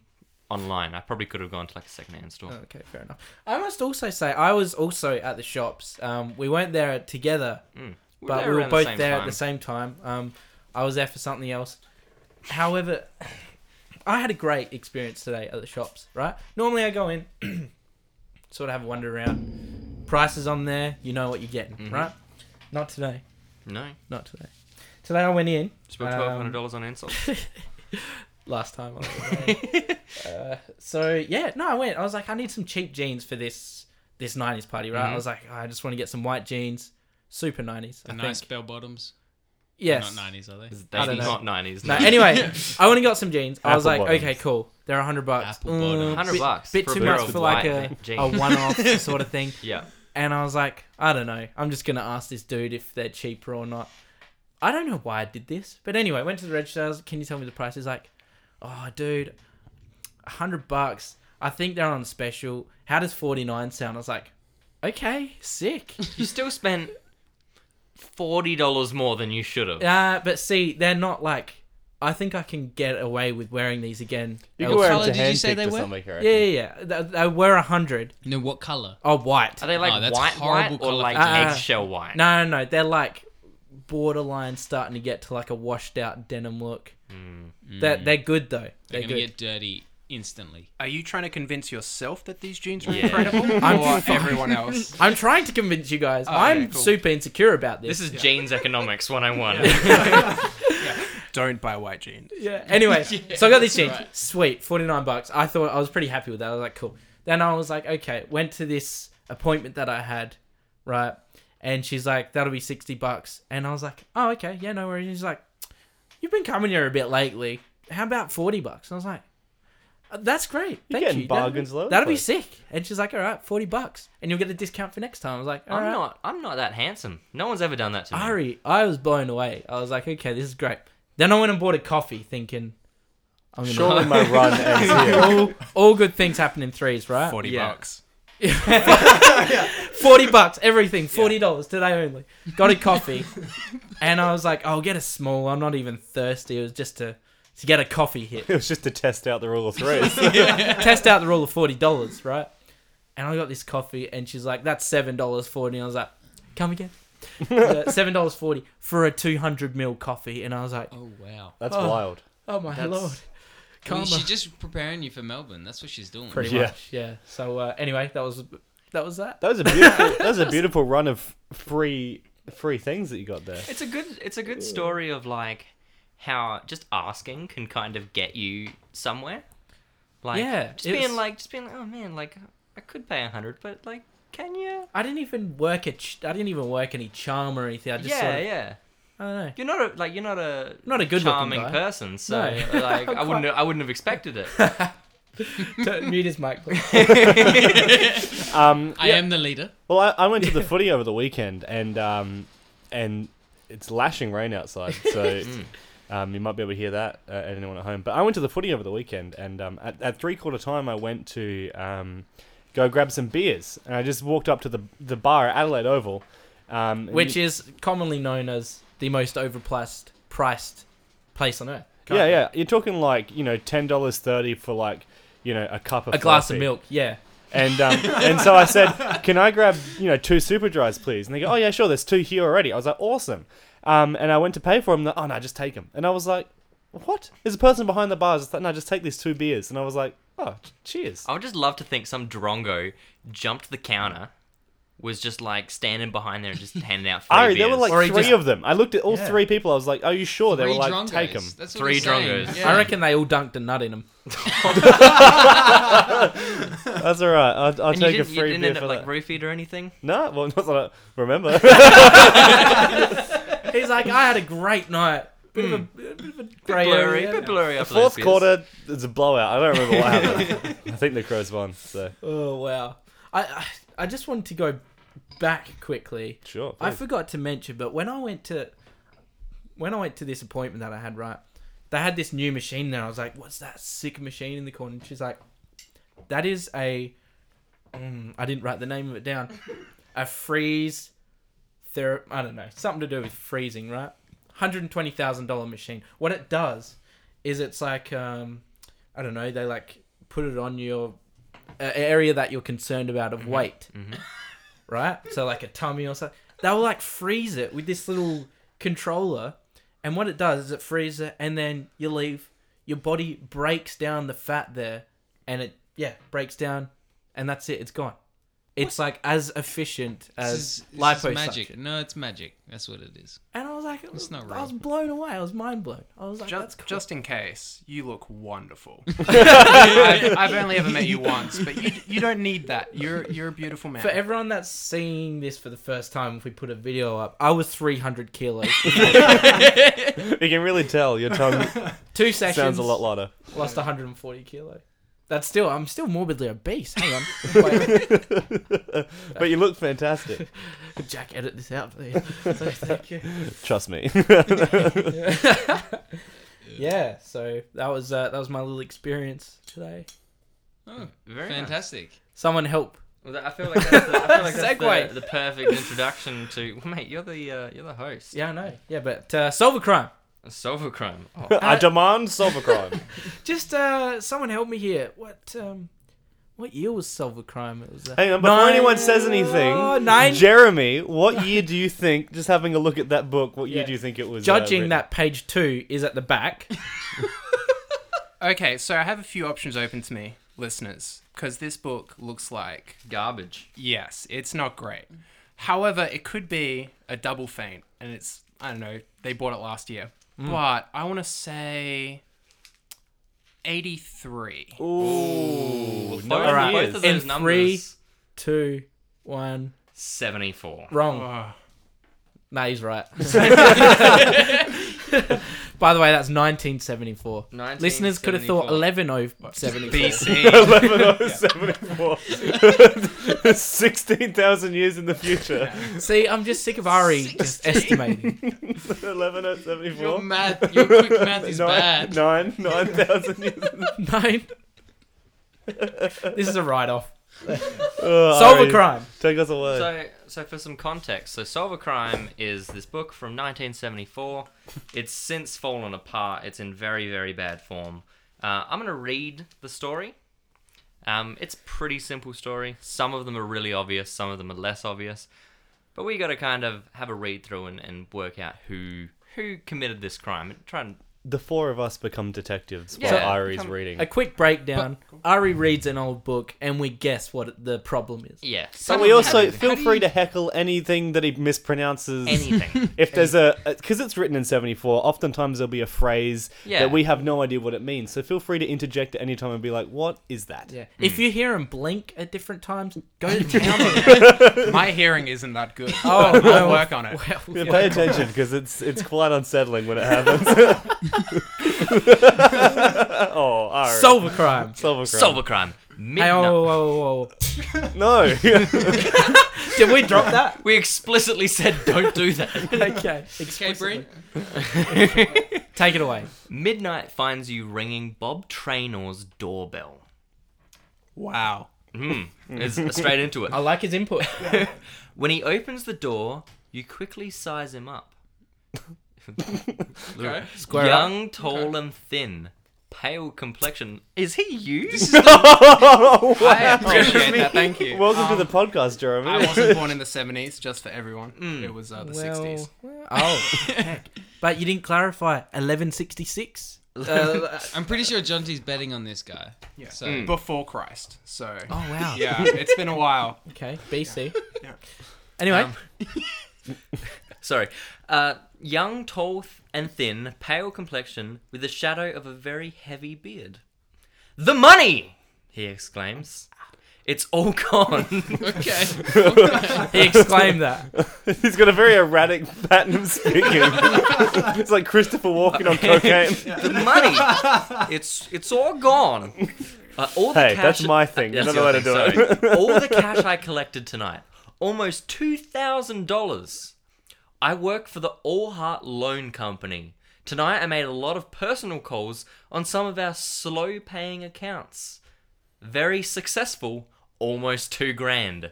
Oh, online. I probably could have gone to like a secondhand store. Okay, fair enough. I must also say, I was also at the shops. Um, we weren't there together, We were but there we were around the both same there at time. the same time. Um, I was there for something else. However, I had a great experience today at the shops. Right? Normally, I go in, sort of have a wander around. Prices on there, you know what you're getting, Mm-hmm. right? Not today. No, Not today. Today I went in spent Um, twelve hundred dollars on insoles. last time. I went uh, so yeah, no, I went. I was like, I need some cheap jeans for this this '90s party, Mm-hmm. right? I was like, I just want to get some white jeans, super '90s. I The nice think. bell bottoms. yes. Not 90s, are they? That's don't know. not nineties. No, anyway, I only got some jeans. I was Apple like, bottoms. okay, cool. They're hundred bucks. Mm, Apple bottoms. hundred bit- bucks. Bit a too pair much of for like white a, jeans. a one-off sort of thing. Yeah, And I was like, I don't know. I'm just gonna ask this dude if they're cheaper or not. I don't know why I did this, but anyway, went to the register. I was, Can you tell me the price? He's like, Oh, dude, a hundred bucks. I think they're on special. How does forty nine sound? I was like, Okay, sick. you still spent forty dollars more than you should have. uh, but see, they're not like. I think I can get away with wearing these again. You elsewhere." can wear Colour it did to you hand say pick they or were? something, I reckon. yeah, yeah, yeah. They, they were a hundred. No, what color? Oh, white. Are they like Oh, that's white, horrible white, or colour like combination. eggshell white? Ah. No, no, no. They're like borderline starting to get to like a washed out denim look. They're, they're good though. Hmm. They're They're gonna good. get dirty instantly. Are you trying to convince yourself that these jeans are Yeah. incredible, I'm or fine. everyone else? I'm trying to convince you guys. Oh, I'm cool. super insecure about this. This is jeans economics 101. Don't buy white jeans. yeah. Anyway, so I got these jeans. right. Sweet, forty nine bucks. I thought I was pretty happy with that. I was like, cool. Then I was like, okay. Went to this appointment that I had, right? And she's like, that'll be sixty bucks. And I was like, oh, okay, yeah, no worries. And she's like, you've been coming here a bit lately. How about forty bucks? And I was like, That's great. You're Thank getting you. bargains that'd, low that'd be price. sick. And she's like, all right, 40 bucks. And you'll get a discount for next time. I was like, all I'm right. not. I'm not that handsome. No one's ever done that to me. Ari, I was blown away. I was like, okay, this is great. Then I went and bought a coffee thinking, I'm going to Surely my run ends here. all, all good things happen in threes, right? 40 Yeah. bucks. 40 bucks, everything, $40 today only. Got a coffee. and I was like, I'll get a small. I'm not even thirsty. It was just to, to get a coffee hit. It was just to test out the rule of threes. test out the rule of forty dollars, right? And I got this coffee, and she's like, "That's seven dollars forty. And I was like, "Come again." Uh, Seven dollars forty for a two hundred mil coffee, and I was like, Oh wow. That's Oh. wild. "Oh my That's- lord, I karma!" mean, she's just preparing you for Melbourne. That's what she's doing. Pretty Yeah. much, yeah. So uh, anyway, that was that was that. That was a beautiful. that was a beautiful run of free free things that you got there. It's a good. It's a good story of like how just asking can kind of get you somewhere. Like Yeah, just it being was- like just being like, oh man, like I could pay a hundred, but like, can you? I didn't even work at ch- I didn't even work any charm or anything. I just yeah, sort of, yeah. I don't know. You're not a like you're not a Not a good looking charming guy. person, so No. like I wouldn't I wouldn't have expected it. That's Don't Mute his mic. please. Um, I am the leader. Well, I, I went to the footy over the weekend, and um, and it's lashing rain outside, so Hmm. um, you might be able to hear that. Uh, anyone at home? But I went to the footy over the weekend, and um, at, at three quarter time, I went to um, go grab some beers, and I just walked up to the the bar at Adelaide Oval, um, and Which you- is commonly known as the most overpriced priced place on earth. yeah, yeah, you're talking like you know ten dollars thirty for like you know a cup of A glass of coffee. milk. Yeah. And um, and so I said, "Can I grab you know two super dries, please?" And they go, "Oh yeah, sure. There's two here already." I was like, "Awesome!" Um, and I went to pay for them. They're, oh no, just take them. And I was like, "What?" There's a person behind the bar. Just like, "No, just take these two beers." And I was like, "Oh, cheers." I would just love to think some drongo jumped the counter, was just like standing behind there and just handing out free Ari, beers. there were like Or he three just- of them. I looked at all Yeah. three people. I was like, "Are you sure?" They Three were like, drongos. "Take them." That's Three what drongos. drongos. Yeah. I reckon they all dunked a nut in them. That's all right. I'll, I'll and you take didn't, a you free didn't beer end up for like that. roofied or anything. no, well, not that I remember. He's like, I had a great night. Bit of a, bit of a Bit grey blurry, area. bit blurry. after those Fourth beers. quarter, it's a blowout. I don't remember what happened. I think the Crows won. So Oh wow! I, I I just wanted to go back quickly. sure. I please. forgot to mention, but when I went to when I went to this appointment that I had, right, they had this new machine there. I was like, "What's that sick machine in the corner?" And she's like, "That is a mm, I didn't write the name of it down. A freeze ther I don't know something to do with freezing, right? Hundred and twenty thousand dollar machine. What it does is it's like um, I don't know. They like put it on your uh, area that you're concerned about Mm-hmm. of weight, right? So like a tummy or something. They'll like freeze it with this little controller, and what it does is it freezes it, and then you leave. Your body breaks down the fat there, and it yeah breaks down, and that's it. It's gone. It's like as efficient This as is, this is liposuction. magic. No, it's magic. That's what it is. And I was like, It's not I was real. blown away. I was mind blown. I was like, Oh, Just, that's cool. just in case, you look wonderful. I've, I've only ever met you once, but you, you don't need that. You're you're a beautiful man. for everyone that's seeing this for the first time, if we put a video up, I was 300 kilos. You can really tell your tongue Two sessions. sounds a lot lighter. Lost 140 kilo. That's still, I'm still morbidly obese. Hang on. Wait, But you look fantastic. Jack, edit this out, please. So, thank you. Trust me. Yeah, so that was uh, that was my little experience today. Oh, Very nice. fantastic. Someone help. Well, that- I feel like that's the, I feel like Segue. that's the, the perfect introduction to well, mate. You're the uh, you're the host. Yeah, I know. Yeah, but uh, solve a crime. Silver crime. Oh, I demand solve a crime. Just uh, someone help me here. What um, what year was solve a crime? It was uh, Hang on, before Nine- anyone says anything, Oh, nine- Jeremy, what year do you think? Just having a look at that book, what year Yeah. do you think it was? uh, judging written? that page two is at the back. Okay, so I have a few options open to me, listeners, because this book looks like garbage. yes, it's not great. However, it could be a double feint, and it's I don't know. They bought it last year, Mm. but I want to say eighty-three. Ooh, no Both, Alright. both of In those three- numbers. two, one. Seventy Oh, four. Wrong. Oh, Nah, he's right. By the way, that's 1974. 1974. Listeners could have thought oh 1174. BC. oh 1174. 16,000 years in the future. See, I'm just sick of Ari just estimating. 1174. Your math, your quick math is oh Nine, bad. nine, 9,000 years. Nine. This is a write-off. Oh, Solve Ari, a crime. Take us away. So, so for some context, so Solve a Crime is this book from 1974. It's since fallen apart. It's in very, very bad form. Uh, I'm gonna read the story. Um, it's a pretty simple story. Some of them are really obvious. Some of them are less obvious. But we got to kind of have a read through and, and work out who who committed this crime and try and the four of us become detectives Yeah, while Ari's become- reading. A quick breakdown. Ari reads an old book, and we guess what the problem is. yeah. But some we of how also do- feel how do free you- to heckle anything that he mispronounces. anything. If there's a, because it's written in 74, oftentimes there'll be a phrase Yeah. that we have no idea what it means. So feel free to interject at any time and be like, what is that? Yeah. If you hear him blink at different times, go to town. on it. My hearing isn't that good. Oh, Oh, no. I'll work on it. Well, Yeah, yeah. pay attention because it's it's quite unsettling when it happens. oh, Ari. Solve a crime. Solve a crime. Solve a crime. Hey, oh, Midnight. whoa, whoa, whoa, whoa. No. Did we drop that? We explicitly said don't do that. Okay. Okay, Brent. Take it away. Midnight finds you ringing Bob Traynor's doorbell. Wow. Mm, it's straight into it. I like his input. When he opens the door, you quickly size him up. Okay. Square up. Young, tall, and thin. Pale complexion. Is he you? oh, wow. I appreciate that. Thank you. Welcome to Um, the podcast, Jeremy. I wasn't born in the 70s, just for everyone. Mm. It was uh, the 60s. well, Oh, heck. But you didn't clarify. 1166? Uh, I'm pretty sure Jonty's betting on this guy. Yeah. So Mm. Before Christ. So, oh, wow. yeah, it's been a while. Okay, BC. Yeah. Anyway, Um, Sorry. Uh, young, tall, th- and thin. Pale complexion with the shadow of a very heavy beard. The money! He exclaims. It's all gone. okay. he exclaimed that. He's got a very erratic pattern of speaking. it's like Christopher walking on cocaine. the money. It's it's all gone. Uh, all the Hey, cash, that's my thing. Yeah, You that's don't know how to your do thing, it. sorry. all the cash I collected tonight, almost two thousand dollars. I work for the All Heart Loan Company. Tonight I made a lot of personal calls on some of our slow-paying accounts. Very successful. Almost two grand.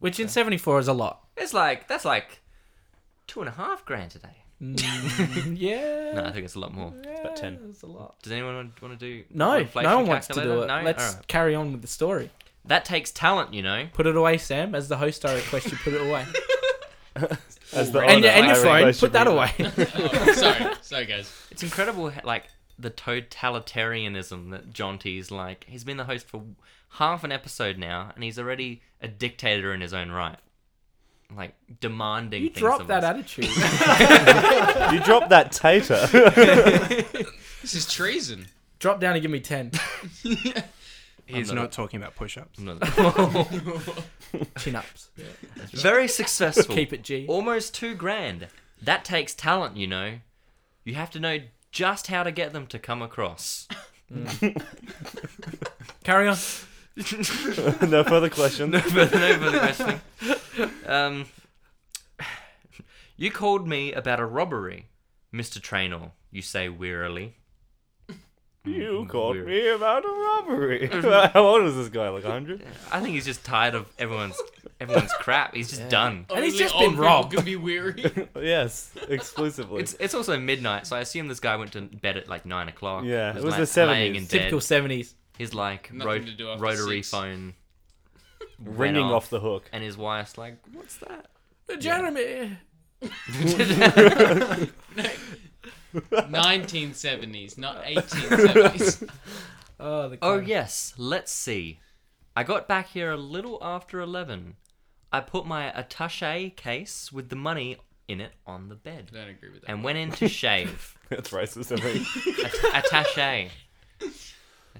Which in 74 is a lot. It's like that's like two and a half grand today. Yeah. No, I think it's a lot more. about 10. It's a lot. Does anyone want to do No, inflation no one wants to do calculator? it. No? Let's Alright. carry on with the story. That takes talent, you know. Put it away, Sam. As the host, I request you put it away. As the and, owner, your- and your I phone, request you put that read away. Oh, sorry, sorry, guys. It's incredible, h- like the totalitarianism that Jonty's like. He's been the host for half an episode now, and he's already a dictator in his own right, like demanding. you things dropped of that us. attitude. You drop that tater. This is treason. Drop down and give me 10. He's not- not talking about push ups. Chin ups. Very successful. Keep it G. Almost two grand. That takes talent, you know. You have to know just how to get them to come across. Carry on. no further questions. further, no further questioning. Um, you called me about a robbery, Mr. Traynor, you say wearily. Mm, You called Weird. me about a robbery. How old is this guy? Like 100? I think he's just tired of everyone's everyone's crap. He's just done. Oh, And he's Only just old been people robbed. Can be weary. Yes, exclusively. It's it's also midnight, so I assume this guy went to bed at like nine o'clock. Yeah, was it was like the 70s. laying in bed. Typical 70s. His like Nothing ro- to do after rotary six. phone went Ringing off. the hook. and his wife's like, "What's that?" Jeremy. 1970s, not 1870s. Oh, the Oh clown. yes, let's see. I got back here a little after eleven. I put my attaché case with the money in it on the I bed don't agree with that. and went in to shave. That's racist, I think. At- attaché.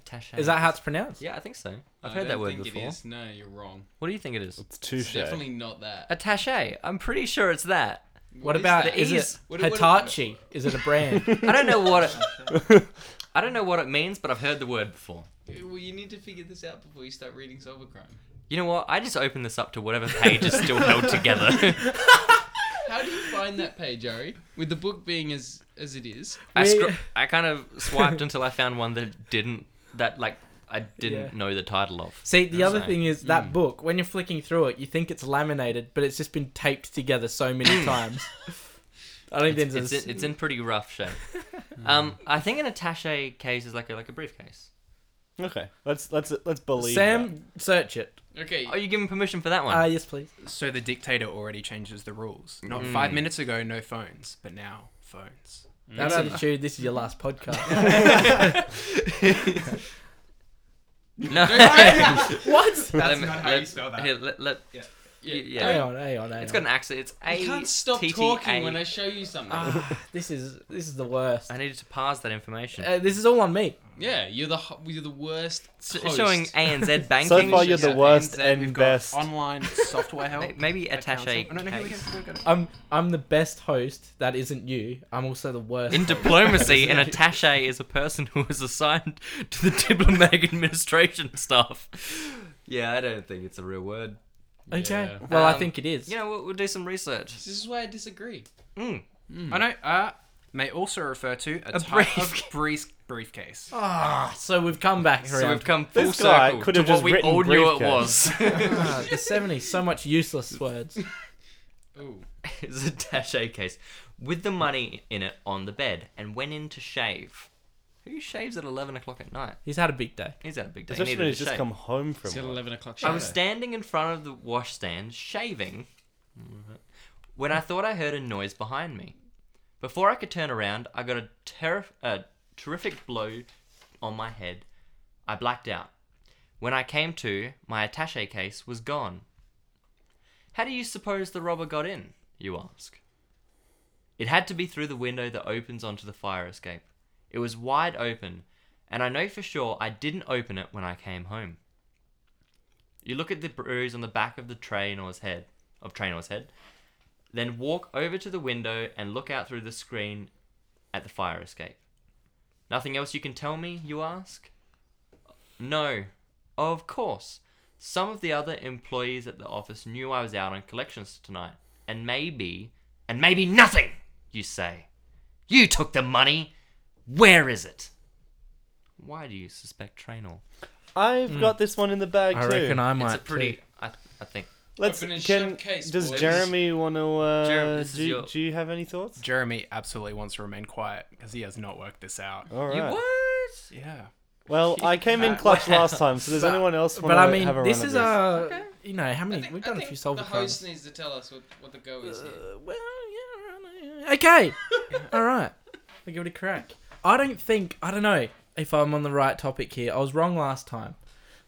Attaché. Is that how it's pronounced? Yeah, I think so. I've I heard that don't word think before. It is. No, you're wrong. What do you think it is? It's touche. Definitely not that. Attaché. I'm pretty sure it's that. What is about that? is it Ease. What- what- Hitachi? Is it a brand? I don't know what it, I don't know what it means, but I've heard the word before. Well, you need to figure this out before you start reading Cybercrime. You know what? I just opened this up to whatever page is still held together. How do you find that page, Ari? With the book being as as it is, I, We- scr- I kind of swiped until I found one that didn't that like I didn't Yeah. know the title of. See, the other So, thing is Mm. that book. When you're flicking through it, you think it's laminated, but it's just been taped together so many times. I don't think Mm. It's there's. in, it's in pretty rough shape. Um, I think an attaché case is like a like a briefcase. Okay, let's let's let's believe Sam, search it. okay. Are you giving permission for that one? Ah, yes, please. So the dictator already changes the rules. Not Mm. five minutes ago, no phones, but now phones. Mm. That That's- attitude. This is your last podcast. no. what? That's not how you spell that. Here, let, let, yeah. Yeah. Hang yeah. on, hang on, hang It's on. got an accent. It's A. You can't stop T T talking A. when I show you something. Ah. This is this is the worst. I needed to parse that information. Uh, this is all on me. yeah, you're the ho- you're the worst. It's host. showing ANZ banking. So far, you're the Yeah, worst and then and we've got best. Online software help. May- Maybe attaché I don't know who we case. got- we got it. I'm I'm the best host that isn't you. I'm also the worst. In host. diplomacy, an attaché is a person who is assigned to the diplomatic administration staff. Yeah, I don't think it's a real word. okay. Yeah. Well, I Um, think it is. You know, we'll, we'll do some research. This is why I disagree. Mm. I know. Uh, may also refer to a, A type brief- of brief Oh. briefcase. Ah, so we've come back So around. we've come full This guy circle could to have just what we written all knew it was. briefcase. Ah, the '70s, so much useless words. Ooh. it's a attaché case with the money in it on the bed and went in to shave. Who shaves at 11 o'clock at night? He's had a big day. He's had a big day. He Especially needed when to he's just shave. come home from. It's got work. eleven o'clock shadow. I was standing in front of the washstand shaving when I thought I heard a noise behind me. Before I could turn around, I got a, terif- a terrific blow on my head. I blacked out. When I came to, my attache case was gone. How do you suppose the robber got in? You ask. It had to be through the window that opens onto the fire escape. It was wide open, and I know for sure I didn't open it when I came home. You look at the bruise on the back of the trainor's head, of trainor's head, then walk over to the window and look out through the screen at the fire escape. Nothing else you can tell me, you ask? No. Of course. Some of the other employees at the office knew I was out on collections tonight, and maybe, and maybe nothing, you say. You took the money. Where is it? Why do you suspect Trainor? I've got this one in the bag I too. reckon I might. It's a pretty, I, I think, Let's Open and can shut case, does boys. Jeremy want to? Uh, Jeremy, this is do, your- do you have any thoughts? Jeremy absolutely wants to remain quiet because he has not worked this out. All right. what? Yeah. Well, I came in clutch last time, so does But- anyone else want But to I mean, have a this run is at this? a you know how many I think, we've I done a think few solver the host needs to tell us what, what the go is. crimes. here. Uh, well, yeah, I don't know. okay, all right. I'll give it a crack. I don't think I don't know if I'm on the right topic here. I was wrong last time,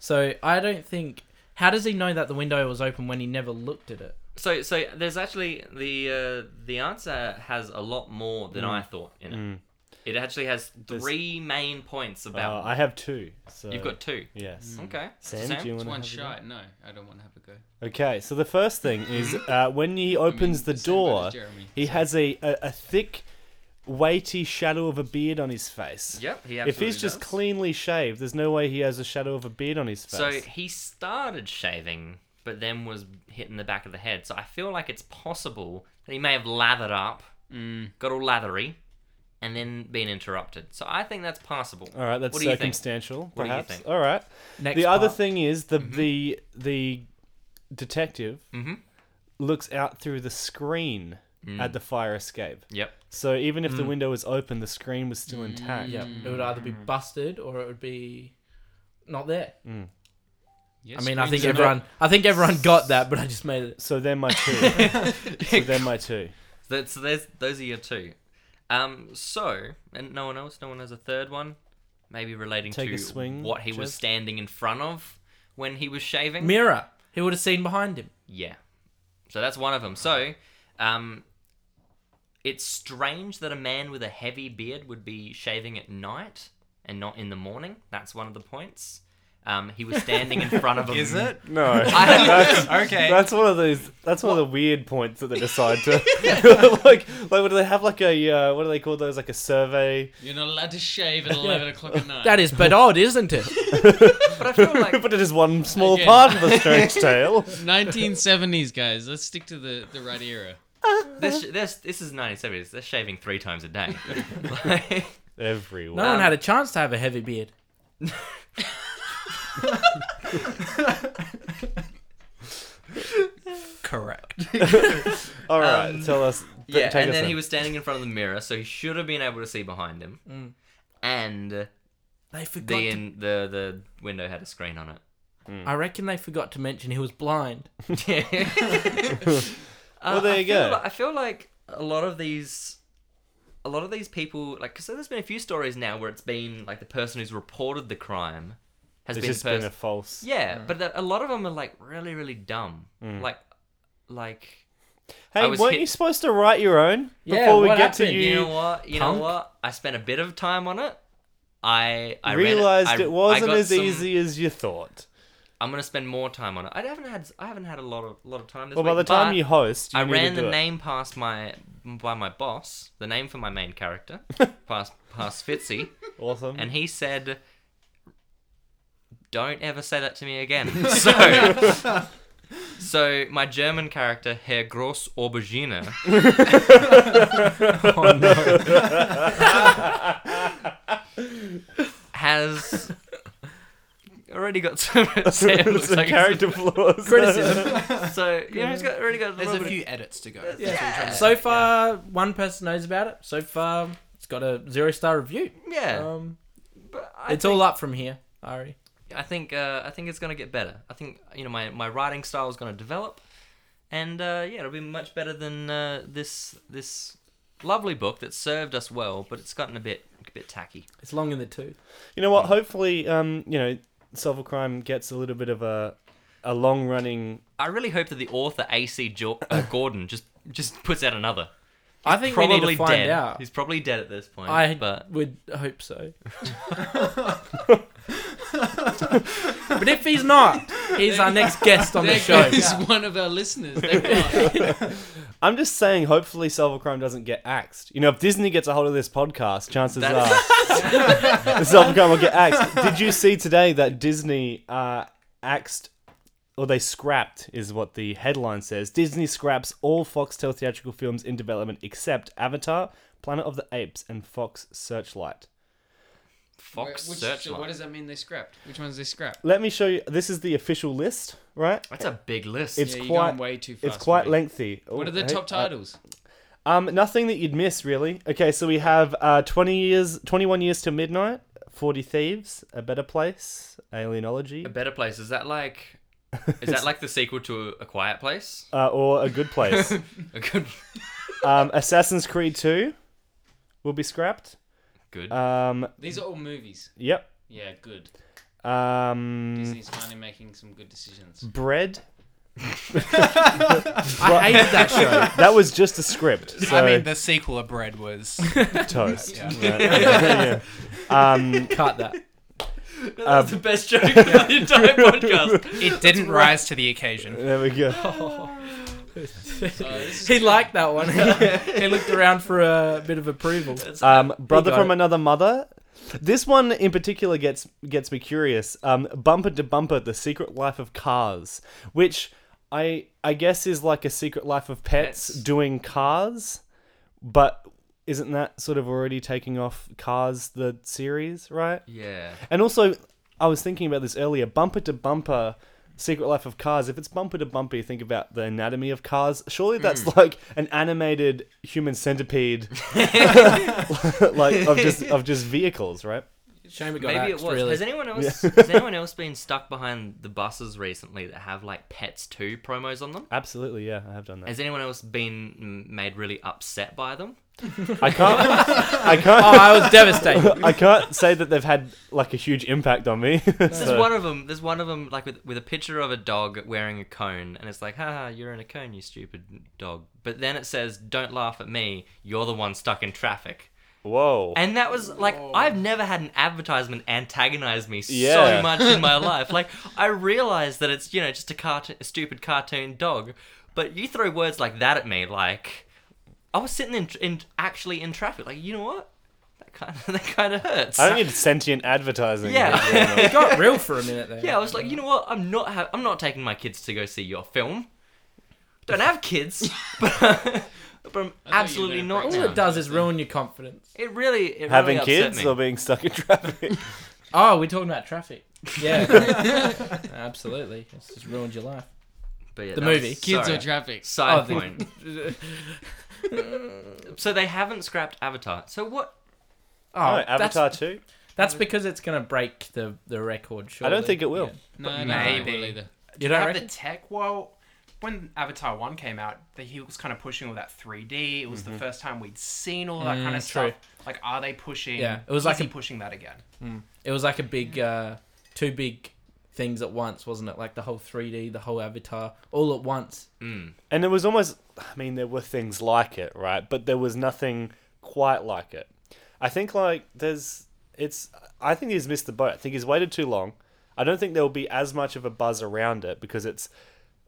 so I don't think. How does he know that the window was open when he never looked at it? So, so there's actually the uh, the answer has a lot more Mm. than I thought in it. It actually has There's- three main points Uh, about. I have two. So You've got two. yes. Okay. Sam, Sam? do you It's want one to? shot. No, I don't want to have a go. Okay, so the first thing is Mm-hmm. uh, when he opens the the same one door, as Jeremy, he has a, a, a thick, weighty shadow of a beard on his face. Yep. He If he's absolutely just does. cleanly shaved, there's no way he has a shadow of a beard on his So face. he started shaving, but then was hit in the back of the head. So I feel like it's possible that he may have lathered up, Mm. got all lathery, and then been interrupted. So I think that's possible. all right, that's What do you think? circumstantial, What do you perhaps. think? All right. Next the other part. thing is the Mm-hmm. the the detective looks out through the screen Mm. at the fire escape. Yep. So even if the Mm. window was open, the screen was still intact. Yeah, it would either be busted or it would be not there. Yes, I mean, I screens think are everyone, I think everyone got that, but I just made it. So they're my two. so they're my two. That's so there's those are your two. Um, so and no one else, no one has a third one. Maybe relating Take to a swing, what he was Jeff. standing in front of when he was shaving. Mirror. He would have seen behind him. yeah, so that's one of them. So, um, it's strange that a man with a heavy beard would be shaving at night and not in the morning. That's one of the points. Um, he was standing in front of a. Is it? No, that's, Okay. that's one of those. That's one of the weird points that they decide to like. Like, what do they have? Like a uh, what do they call those? Like a survey. You're not allowed to shave at 11 o'clock at night. That is but odd, isn't it? But I feel like but it is one small Again. part of the strange tale. 1970s, guys. Let's stick to the, the right era. this, this, this is 1970s. They're shaving three times a day. Like- Everyone. No one had a chance to have a heavy beard. Correct. All right, tell us. Um, yeah, take and us then in. he was standing in front of the mirror, so he should have been able to see behind him. And They Mm. the, forgot. to, in, the the window had a screen on it. I reckon they forgot to mention he was blind. Uh, Well, there I you feel go. li- I feel like a lot of these, a lot of these people, like, because there's been a few stories now where it's been like the person who's reported the crime has It's been just the person. been a false. yeah, but that, a lot of them are like really, really dumb. Mm. Like, like I Hey, was weren't hit- you supposed to write your own Yeah, before we what get to happened? you? you know what? You punk. know what? I spent a bit of time on it. I I read realized I- it I wasn't got as some- easy as you thought. I'm gonna spend more time on it. I haven't had I haven't had a lot of lot of time this Well, by the week, time but you host, you I need ran to the do it. name past my by my boss, the name for my main character, past past Fitzy, Awesome. and he said, "Don't ever say that to me again." So, so my German character Herr Gross Aubergine Oh no! has already got some. Sam Some looks like he's- character flaws. Criticism. So you know, he's got already got. a There's little bit a few edits to go. so far, one person knows about it. So far, it's got a zero star review. of- yeah, Um, but I it's think, all up from here, Ari. I think uh, I think it's gonna get better. I think you know my, my writing style is gonna develop, and uh, yeah, it'll be much better than uh, this this lovely book that served us well, but it's gotten a bit a bit tacky. It's long in the tooth. You know what? Hopefully, um, you know, Solver Crime gets a little bit of a a long running. I really hope that the author AC jo- uh, Gordon just just puts out another. I think probably we need to find dead. out. He's probably dead at this point. I but would hope so. but if he's not, he's our next guest on the There show. goes one of our listeners. They're gone. I'm just saying. Hopefully, Solver Crime doesn't get axed. You know, if Disney gets a hold of this podcast, chances That are Solver Crime will get axed. Did you see today that Disney uh, axed? Or they scrapped is what the headline says. Disney scraps all Foxtel theatrical films in development except Avatar, Planet of the Apes, and Fox Searchlight. Fox Which- Searchlight. What does that mean they scrapped? Which ones they scrapped? Let me show you. This is the official list, right? That's a big list. It's yeah, you're quite going way too fast. It's quite mate. lengthy. What Oh, are the hey, top uh, titles? um, nothing that you'd miss really. Okay, so we have uh, twenty years, twenty-one years to midnight, forty thieves, a better place, alienology, a better place. Is that like? Is that like the sequel to A Quiet Place? uh, or a good place. A good, um, Assassin's Creed Two will be scrapped. good. Uh, Um, These are all movies. yep. Yeah, good. Um, Disney's finally making some good decisions. Mm. bread. I hated that show. That was just a script. So I mean, the sequel of Bread was. toast. Yeah. Right, yeah, Uh, yeah. Um, Cut that. That's the best joke of the entire podcast. It didn't rise to the occasion. there we go. Uh, this is He liked that one. he looked around for a bit of approval. Um, brother got from it. another mother. This one in particular gets gets me curious. Um, bumper to bumper, the secret life of cars, which I I guess is like a secret life of pets Pets. doing cars, but isn't that sort of already taking off cars the series, right? Yeah. And also, I was thinking about this earlier. Bumper to bumper, Secret Life of Cars. If it's bumper to bumper, you think about the anatomy of cars. Surely that's like an animated human centipede, like of just of just vehicles, right? Shame it got Maybe it axed, was. Really. Has anyone else has anyone else been stuck behind the buses recently that have like pets too promos on them? Absolutely, yeah, I have done that. Has anyone else been mm, made really upset by them? I can't, I oh, can't, I was devastated. I can't say that they've had like a huge impact on me. There's So- one of them. There's one of them like with, with a picture of a dog wearing a cone, and it's like, "Ha, you're in a cone, you stupid dog." But then it says, "Don't laugh at me. You're the one stuck in traffic." Whoa. And that was like I've never had an advertisement antagonize me Yeah. so much in my life. Like I realize that it's you know just a cartoon, a stupid cartoon dog, but you throw words like that at me, like I was sitting in, in actually in traffic, like you know what, that kind of, that kind of hurts. I don't need sentient advertising. yeah, It got real for a minute e- there. yeah. I was like, you know what, I'm not ha- I'm not taking my kids to go see your film. Don't have kids, but, but I'm absolutely gonna not. break All it does is ruin your confidence. It really it Having really upset kids me. or being stuck in traffic? Oh, we're talking about traffic. Yeah. Absolutely. It's just ruined your life. But yeah, the that movie. was- Kids sorry. or traffic. Side Oh, the- point. so they haven't scrapped Avatar. So what? Oh, no, that's- Avatar 2? That's because it's gonna break the the record. I Surely. don't think it will. No, no, maybe. maybe. either. you don't have the reckon? tech. Well, when Avatar One came out, the, he was kind of pushing all that 3D. It was the first time we'd seen all that kind of Mm-hmm. Mm, true. stuff. Like, are they pushing? Yeah, it was is like he a- pushing that again. It was like a big, uh, two big things at once, wasn't it? Like the whole 3D, the whole Avatar, all at once. Mm. And it was almost, I mean, there were things like it, right? But there was nothing quite like it. I think, like, there's, it's, I think he's missed the boat. I think he's waited too long. I don't think there will be as much of a buzz around it because it's,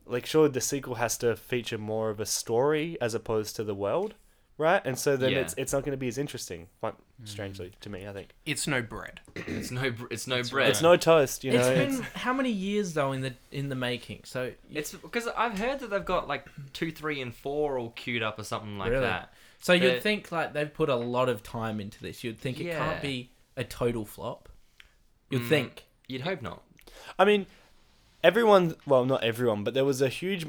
like, sure, the sequel has to feature more of a story as opposed to the world, right? And so then Yeah. it's, it's not going to be as interesting, quite strangely to me, I think. It's no bread. It's no. br- It's no bread. It's no toast, you know. It's been it's- how many years though in the in the making? So It's because I've heard that they've got like two, three, and four all queued up or something like Really? that. so you'd the- think like they've put a lot of time into this. You'd think it Yeah. Mm. can't be a total flop. You'd think. You'd hope not. I mean, everyone, well, not everyone, but there was a huge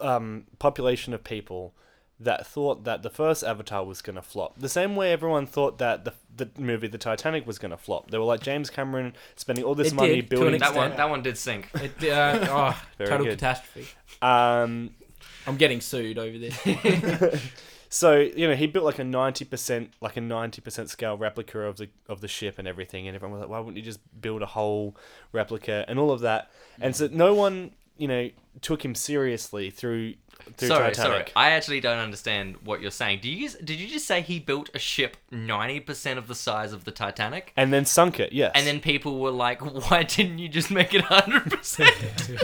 um, population of people that thought that the first Avatar was going to flop. The same way everyone thought that the, the movie The Titanic was going to flop. They were like, James Cameron spending all this It money did, to an building. That extent. one. That one did sink. It, uh, oh, Very total good. catastrophe. Um, I'm getting sued over this. so you know he built like a ninety percent, like a ninety percent scale replica of the of the ship and everything, and everyone was like, why wouldn't you just build a whole replica and all of that? And so no one, you know, took him seriously through through Sorry, sorry. Titanic. I actually don't understand what you're saying. Do you? Did you just say he built a ship ninety percent of the size of the Titanic? And then sunk it, yes. And then people were like, "Why didn't you just make it hundred percent?"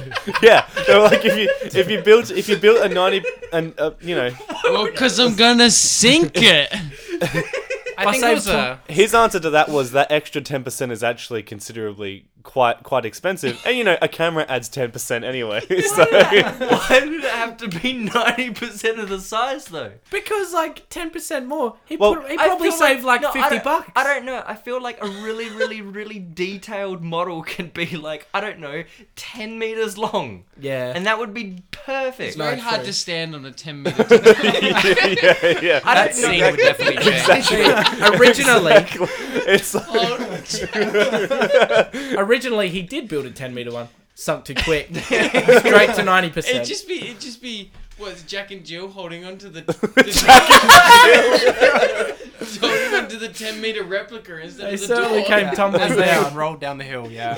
yeah, they were like if you if you built if you built a ninety and uh, you know Well, because I'm gonna sink it. I think it was a. his answer to that was that extra ten percent is actually considerably quite quite expensive, and you know a camera adds ten percent anyway. So Why did it have to be ninety percent of the size though? Because like ten percent more, he, Well, put, he I probably feel saved like, no, I fifty don't- bucks. I don't know. I feel like a really, really, really detailed model can be like I don't know, ten meters long, Yeah, and that would be perfect. No, Very it's hard true. to stand on a ten meter. yeah, yeah. I That don't scene know. would definitely change. originally, It's like, originally he did build a ten meter one, sunk too quick, straight to ninety It'd percent. just be, it'd just be, what, Jack and Jill holding on to the, the Jack and Jill holding on to the ten meter replica instead They of the door. certainly came tumbling As they down. rolled down the hill, yeah.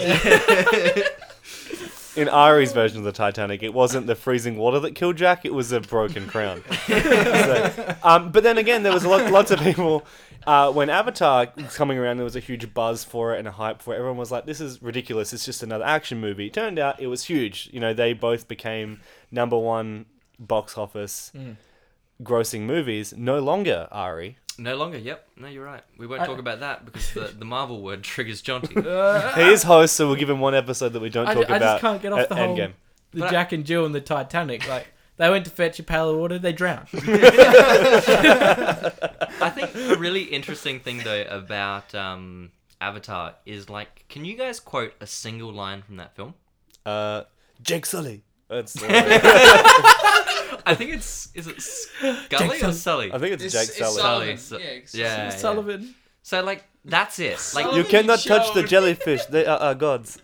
in Ari's version of the Titanic, it wasn't the freezing water that killed Jack; it was a broken crown. So, um, but then again, there was a lot, lots of people. Uh, when Avatar was coming around, there was a huge buzz for it and a hype for it. Everyone was like, "This is ridiculous! It's just another action movie." It turned out it was huge. You know, they both became number one box office Hmm. grossing movies. No longer Ari. No longer. Yep. No, you're right. We won't talk about that because the, the Marvel word triggers Jonty. Uh, He is host, so we'll give him one episode that we don't I, talk I about. just can't get off at the whole Endgame. the But I- Jack and Jill and the Titanic. Like they went to fetch a pail of water, they drowned. I think a really interesting thing though about um, Avatar is like, can you guys quote a single line from that film? Uh, Jake Sully. That's, I think it's is it Scully or Jackson. Sully? I think it's, It's, Jake it's Sully. Sullivan. Sully, Yeah, Su- yeah. Sullivan. So like that's it. Like You Sullivan cannot touch the showed- jellyfish. They are our gods.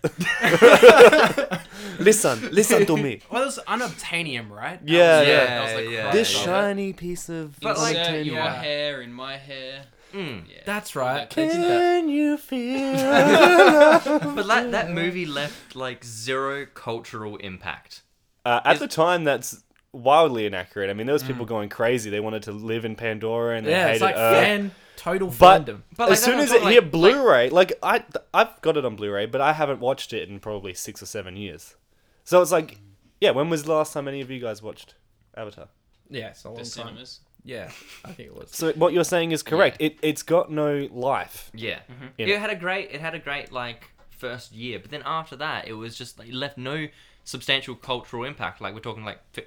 listen, listen to me. Well, it was unobtainium, right? That Yeah, was- yeah. that was the Yeah, crux This yeah. of it. shiny piece of But, like, Insert tin. your yeah. hair in my hair. mm. Yeah. That's right. They did Can you feel? But that, that movie left like zero cultural impact. uh, at the time, that's Mm. wildly inaccurate. I mean, there was people going crazy. They wanted to live in Pandora and they Yeah, hated it's like Earth. fan total But, fandom. But, like, as I soon don't as know, it hit like- Blu-ray, like I, I've got it on Blu-ray, but I haven't watched it in probably six or seven years. So it's like, yeah, when was the last time any of you guys watched Avatar? Yeah, it's a long The time. cinemas. Yeah, I think it was. So what you're saying is correct. It it's got no life. Yeah, In it it. had a great it had a great like first year, but then after that, it was just like, left no substantial cultural impact. Like we're talking like fi-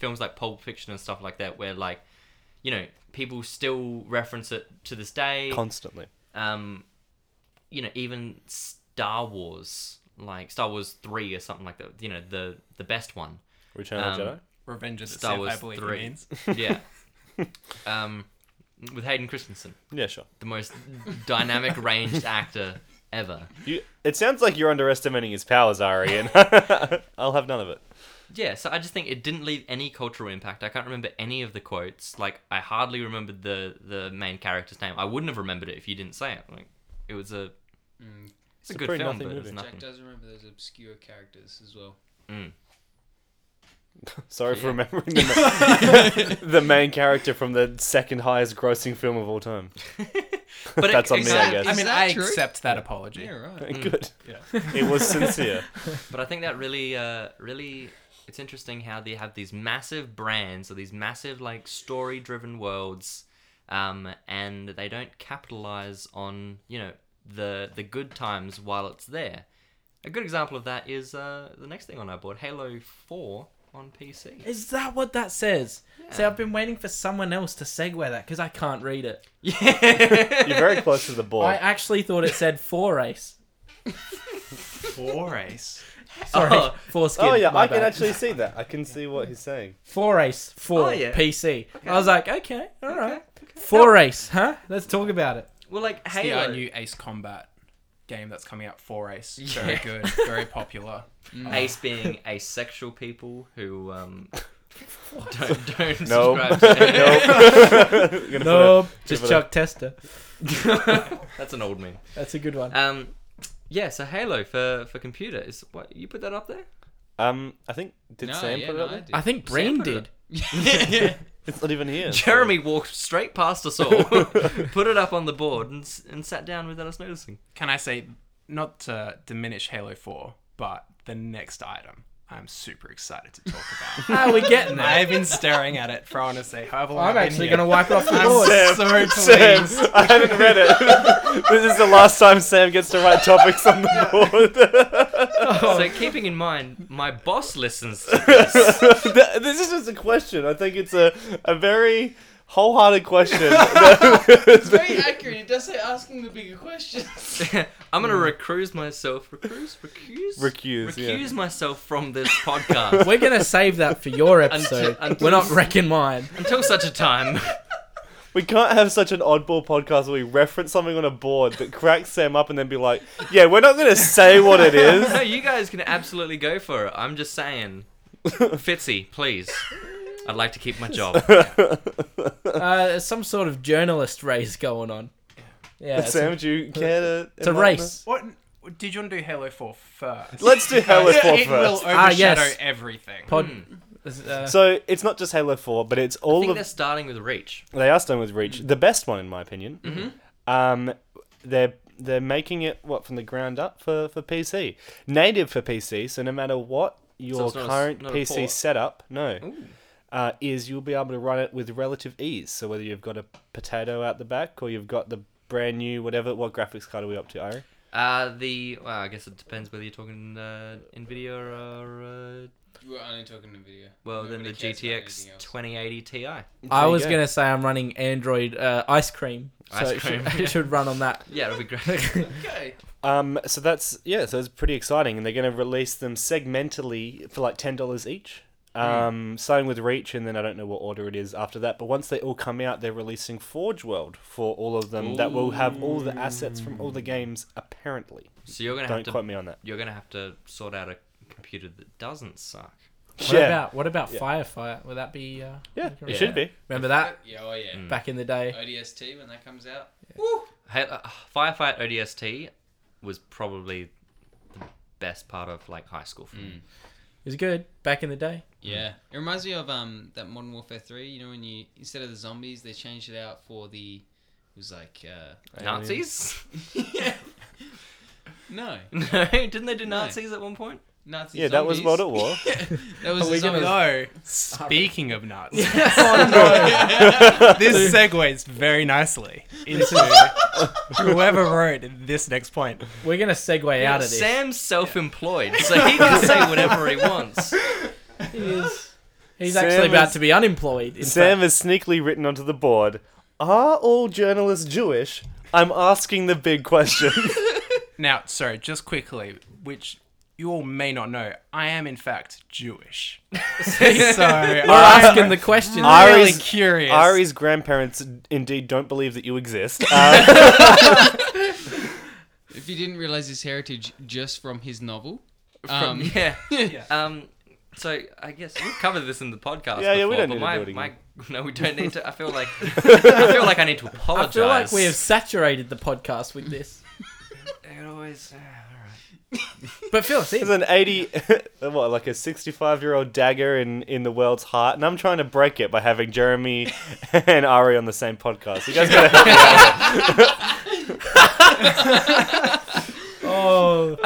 films like Pulp Fiction and stuff like that, where like you know people still reference it to this day. Constantly. um, you know, even Star Wars, like Star Wars three or something like that. You know, the the best one. Return of the Um, Jedi. Revenge of the Star Sith, I Wars believe it three. means. Yeah. um, with Hayden Christensen, Yeah, sure. the most dynamic ranged actor ever. You, it sounds like you're underestimating his powers, Ari, and I'll have none of it. Yeah, so I just think it didn't leave any cultural impact. I can't remember any of the quotes. Like I hardly remembered the the main character's name. I wouldn't have remembered it if you didn't say it. Like it was a it's, a, a good pretty film, nothing but it was movie. nothing. Jack does remember those obscure characters as well. Sorry for Yeah. remembering the, ma- the main character from the second highest grossing film of all time. But That's on it, me, exactly. I guess. I mean, that I true? accept that apology. Yeah, right. Good. It was sincere. But I think that really, uh, really, it's interesting how they have these massive brands or these massive like story-driven worlds, um, and they don't capitalize on you know the the good times while it's there. A good example of that is uh, the next thing on our board, Halo Four on PC. Is that what that says? See, I've been waiting for someone else to segue that because I can't read it. Yeah. You're very close to the ball. I actually thought it said four ace. Four race. Sorry, Oh. foreskin. oh yeah, my I can bad. actually see that. I can see what he's saying. four ace four Oh, yeah. PC. I was like, okay, all right, four ace, huh? Let's talk about it. Well, like It's the uh, Halo. new Ace Combat game that's coming out. Four Ace. Yeah. Very good. Very popular. Ace being asexual people who um, don't don't Nope. subscribe. To nope. Gonna put a- Nope, give just it a- Chuck Tester. That's an old meme. That's a good one. Um, yeah, so Halo for for computer is what you put that up there. um, I think did No, Sam yeah, put it no, up there? I think Breen put it did. It's not even here. Jeremy walked straight past us all, put it up on the board, and s- and sat down without us noticing. Can I say, not to diminish Halo 4, but the next item I'm super excited to talk about. Ah, we're getting there. I've been staring at it for, I want to say, however long I'm I've been actually here. gonna wipe it off the I'm Oh, board. so Sam, pleased. I haven't read it. this is the last time Sam gets to write topics on the board. So keeping in mind, my boss listens. To this. Th- this is just a question. I think it's a, a very wholehearted question. It's very accurate. It does say asking the bigger questions. I'm gonna recuse myself, recuse, recuse, Recuse, yeah. recuse myself from this podcast We're gonna save that for your episode. until- We're not wrecking mine. until such a time. we can't have such an oddball podcast where we reference something on a board that cracks Sam up and then be like, yeah, we're not going to say what it is. No, you guys can absolutely go for it. I'm just saying, Fitzy, please. I'd like to keep my job. Uh, there's some sort of journalist race going on. Yeah, it's a, Sam, do you care to. it's a enlighten us? race. What, did you want to do Halo 4 first? Let's do Halo 4 it will first. overshadow Ah, yes. everything. Pod. Uh, So it's not just Halo 4, but it's I all think of they're starting with Reach. They are starting with Reach, the best one in my opinion. Mm-hmm. Um, they're they're making it what from the ground up for, for PC, native for PC. So no matter what your it's not a s- current not a PC port. setup, no, uh, is you'll be able to run it with relative ease. So whether you've got a potato out the back or you've got the brand new whatever, what graphics card are we up to, Ari? Uh, the well, I guess it depends whether you're talking uh, Nvidia or uh, You were only talking to video. well, then the Nobody cares about GTX anything else. 2080 Ti. I There you was go. gonna say I'm running Android uh, ice cream, so Ice it, should, cream. it should run on that. Yeah, it'll be great. Okay. Um, so that's yeah, so it's pretty exciting, and they're going to release them segmentally for like ten dollars each. Um, starting with Reach, and then I don't know what order it is after that. But once they all come out, they're releasing Forge World for all of them. That will have all the assets from all the games. Apparently, so you're gonna have don't to quote me on that. you're gonna have to sort out a computer that doesn't suck. What about what about Firefire? Would that be? Uh, yeah, it Yeah. should be. remember that Yeah, oh yeah. Mm. back in the day? ODST when that comes out. Hey, uh, Firefight ODST was probably the best part of like high school for me. It was good back in the day. Yeah, it reminds me of um that Modern Warfare three. You know when you instead of the zombies, they changed it out for the was like, Oh, uh, Nazis? no, no, didn't they do No. Nazis at one point? Nazi Yeah, that was World zombies. at War. That was Are we the gonna zombies. know? Speaking of Nazis, Oh, this segues very nicely into whoever wrote this next point. We're gonna segue out of this. Sam's self-employed, so he can say whatever he wants. He is- He's Sam actually about is- to be unemployed. In Sam fact. has sneakily written onto the board, Are all journalists Jewish? I'm asking the big question. Now, sorry, just quickly, which you all may not know, I am in fact Jewish. so We're I'm asking the question. really Ari's, curious. Ari's grandparents indeed don't believe that you exist. Uh, If you didn't realize his heritage just from his novel, um, Yeah. Um. So I guess we've covered this in the podcast. Yeah, yeah, before, we don't but need to my, do it again. My, no, we don't need to. I feel like I feel like I need to I apologize. feel like we have saturated the podcast with this. It always. Uh, all right. But Phil, see, there's an 80, what, like a 65 year old dagger in, in the world's heart, and I'm trying to break it by having Jeremy and Ari on the same podcast. You guys gotta help me out. oh,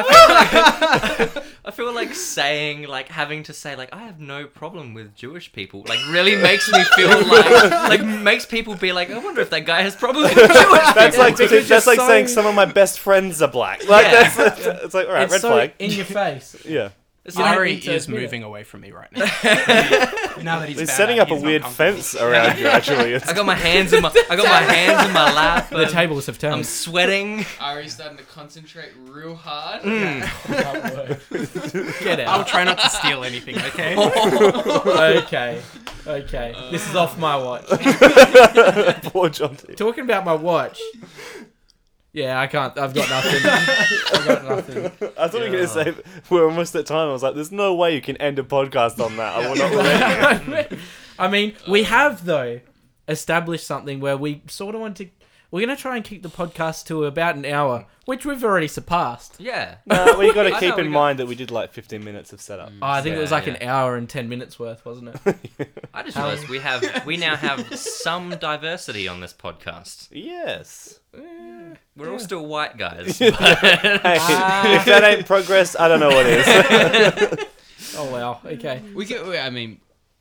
I feel like saying, like having to say, like I have no problem with Jewish people, like really makes me feel like, like makes people be like, I wonder if that guy has problems with Jewish. That's like, because that's you're like saying so- some of my best friends are black. Like, Yeah. that's, that's- it's like, alright, it's red so flag. in your face. Yeah. It's like- Ari need to is admit it. moving away from me right now. now that he's They're bad setting at up it, a he's not weird comfortable. fence around you, actually. It's I got my hands in my, I got my hands in my lap. The and tables have I'm turned. sweating. Ari's starting to concentrate real hard. Mm. Get I'll out. try not to steal anything, okay? okay, okay. This is off my watch. Poor John. T. Talking about my watch. Yeah, I can't. I've got nothing. I've got nothing. I thought you were going to say we're almost at time. I was like, there's no way you can end a podcast on that. I will not let you. I mean, we have though established something where we sort of want to. We're gonna try and keep the podcast to about an hour, which we've already surpassed. Yeah. No, we got I to keep know, we in got- mind that we did like 15 minutes of setup. Oh, I think it was Yeah, like an yeah. hour and ten minutes worth, wasn't it? Mm. I just realized we have we now have some diversity on this podcast. Yes. We're all still white guys. Hey, if that ain't progress, I don't know what is. Oh wow. Okay. We could, I mean,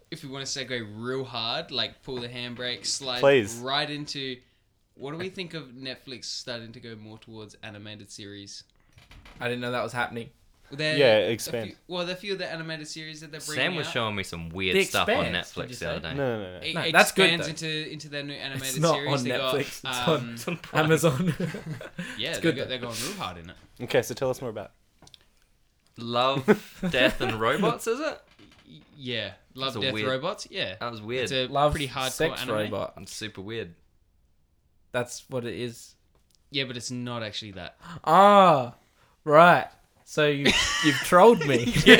if we want to segue real hard, like pull the handbrake, slide Please. right into. What do we think of Netflix starting to go more towards animated series? I didn't know that was happening. They're Yeah, a expand. few- well, there are a few of the animated series that they're bringing Sam was out. showing me some weird The stuff on Expanse, did you Netflix the other say? day. No, no, no. It No, expands that's good, though. into into their new animated It's not series. on they Netflix. got, It's um, on Amazon. yeah, they're, good, though. go- they're going real hard in it. Okay, so tell us more about Love, Death, and Robots, is it? Y- Yeah, love, That's a death, weird- robots. Yeah, That was it's weird. a Love pretty hardcore sex anime. robot. It's super weird. That's what it is. Yeah, but it's not actually that. Ah, right. So you you've trolled me. See,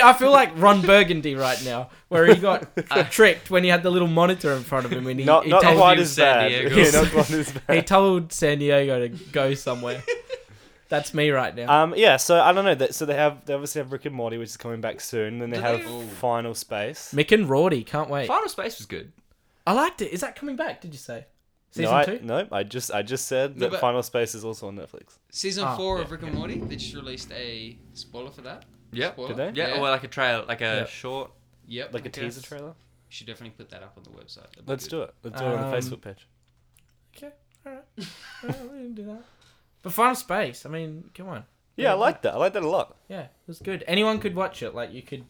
I feel like Ron Burgundy right now, where he got tricked when he had the little monitor in front of him, and he, Not, he, not told, quite you as San bad. Diego. Yeah, not quite as bad. he told San Diego to go somewhere. That's me right now. Um, yeah, so I don't know. That, so they have they obviously have Rick and Morty, which is coming back soon. Then they Do have they- Final Space. Mick and Rorty, can't wait. Final Space was good. I liked it. Is that coming back? Did you say season no, I, two? no, I just I just said No, that but- Final Space is also on Netflix. Season Ah, four of Rick and Morty. They just released a spoiler for that. Yeah. Spoiler? Did they? Yeah, or like a trailer, like a Yeah. short. Yep. Like a I guess. teaser trailer. Should definitely put that up on the website. That'd be Let's good. do it. Let's do it on Um, the Facebook page. Okay, all right. all right. We can do that. But Final Space. I mean, come on. Yeah, I like that. I like that a lot. Yeah, it was good. Anyone could watch it. Like you could,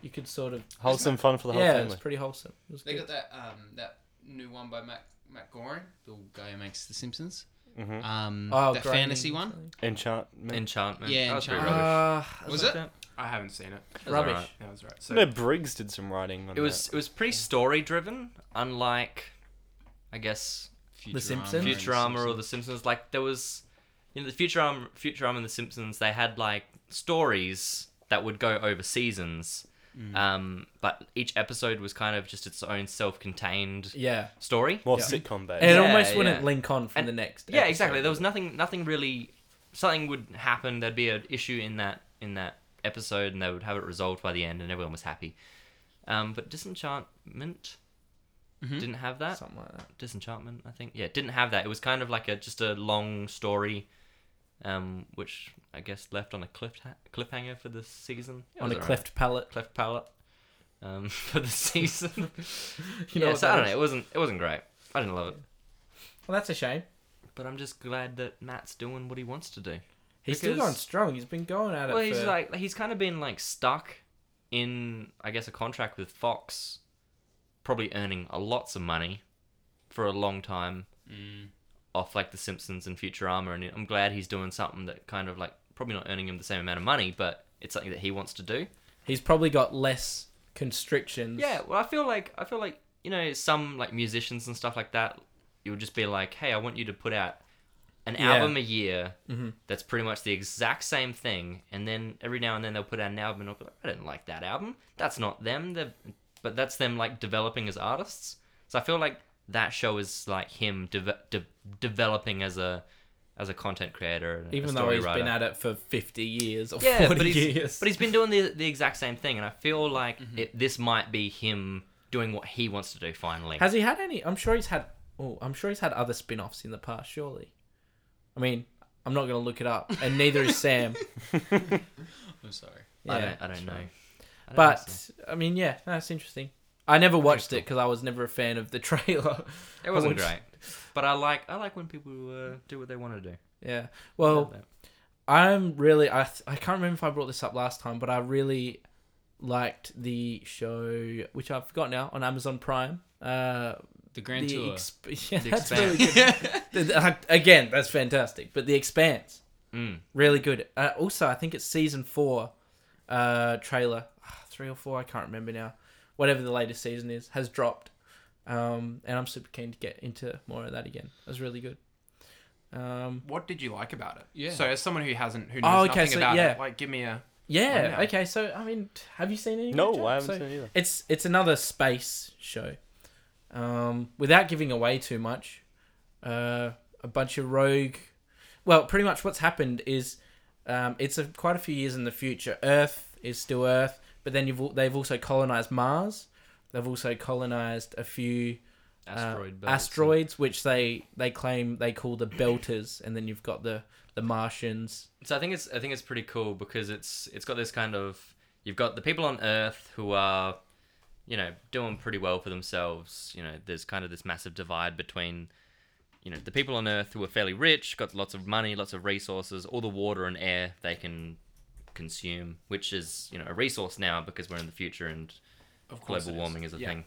you could sort of. Wholesome fun for the whole yeah, it was family. pretty wholesome. It was They got good. that um that new one by Matt Matt Gorin, the guy who makes The Simpsons. Mm-hmm. Mhm. Um, Oh, Mm. that Grinding fantasy one. Enchantment. Enchantment. Yeah, that was pretty Enchantment. rubbish. Uh, Was it? I haven't seen it. That was rubbish. alright. That was right. So no, Briggs did some writing on It was it was pretty story driven, unlike, I guess, Futurama Simpsons? and Very Futurama or The Simpsons. Like there was, you know, the Futurama, Futurama and The Simpsons. They had like stories that would go over seasons, Mm. um, but each episode was kind of just its own self-contained Yeah. story. More Yeah. sitcom based. And it Uh, Yeah, almost wouldn't yeah. link on from And- the next. yeah, exactly. episode. There was nothing, nothing really. Something would happen. There'd be an issue in that in that episode, and they would have it resolved by the end, and everyone was happy. Um, but Disenchantment Mm-hmm. didn't have that. something like that. Disenchantment, I think. Yeah, didn't have that. It was kind of like a just a long story, um, which I guess left on a cliff cliffhanger for this season. It On was a alright. cleft palate. cleft palate, um, for the season. You yeah, what so I that don't is? know. It wasn't it wasn't great. I didn't love it, Well, that's a shame. but I'm just glad that Matt's doing what he wants to do. He's still Because- going strong. He's been going at it. Well, he's for- like he's kind of been like stuck in I guess a contract with Fox, probably earning a lots of money for a long time Mm. off like The Simpsons and Futurama, and I'm glad he's doing something that kind of like probably not earning him the same amount of money, but it's something that he wants to do. he's probably got less constrictions. Yeah, well, I feel like I feel like you know some like musicians and stuff like that. You'll just be like, hey, I want you to put out an Yeah. Mm-hmm. album a year that's pretty much the exact same thing, and then every now and then they'll put out an album, and I'll be like, I didn't like that album. That's not them. They're, but that's them like developing as artists. So I feel like that show is like him deve- de- developing as a as a content creator, and a Even though story he's writer. been at it for 50 years or Yeah, 40 but he's, years. but he's been doing the the exact same thing, and I feel like Mm-hmm. it, this might be him doing what he wants to do finally. Has he had any? I'm sure he's had. Oh, I'm sure he's had other spin-offs in the past. Surely, I mean, I'm not gonna look it up, and neither is Sam. I'm sorry. I Yeah. don't, I don't know. I don't But think I mean, yeah, that's interesting. I never watched it because I was never a fan of the trailer. so. it wasn't I great, but I like I like when people uh, do what they want to do. Yeah. Well, I'm really. I th- I can't remember if I brought this up last time, but I really liked the show, which I've forgot now, on Amazon Prime. Uh, The Grand the Tour. exp- yeah, The that's really good. The- the- uh, Again, that's fantastic. But the Expanse, Mm. really good. Uh, also, I think it's season four uh, trailer, Ah, three or four. I can't remember now. Whatever the latest season is has dropped, um, and I'm super keen to get into more of that again. It was really good. Um, What did you like about it? Yeah. So as someone who hasn't, who knows Oh, okay, nothing so, about yeah. it, like give me a. Yeah. Wow. Okay. So I mean, t- have you seen any? Good No, Job? I haven't So seen it either. It's it's another space show. Um, without giving away too much, uh, a bunch of rogue. Well, pretty much what's happened is, um, it's a, quite a few years in the future. Earth is still Earth, but then you've al- they've also colonized Mars. They've also colonized a few uh, Asteroid belts. asteroids, which they they claim they call the Belters, and then you've got the the Martians. So I think it's I think it's pretty cool because it's it's got this kind of you've got the people on Earth who are you know doing pretty well for themselves. You know, there's kind of this massive divide between you know the people on Earth who are fairly rich, got lots of money, lots of resources, all the water and air they can consume, which is you know a resource now because we're in the future and Of course. global it is. warming is, a Yeah. thing.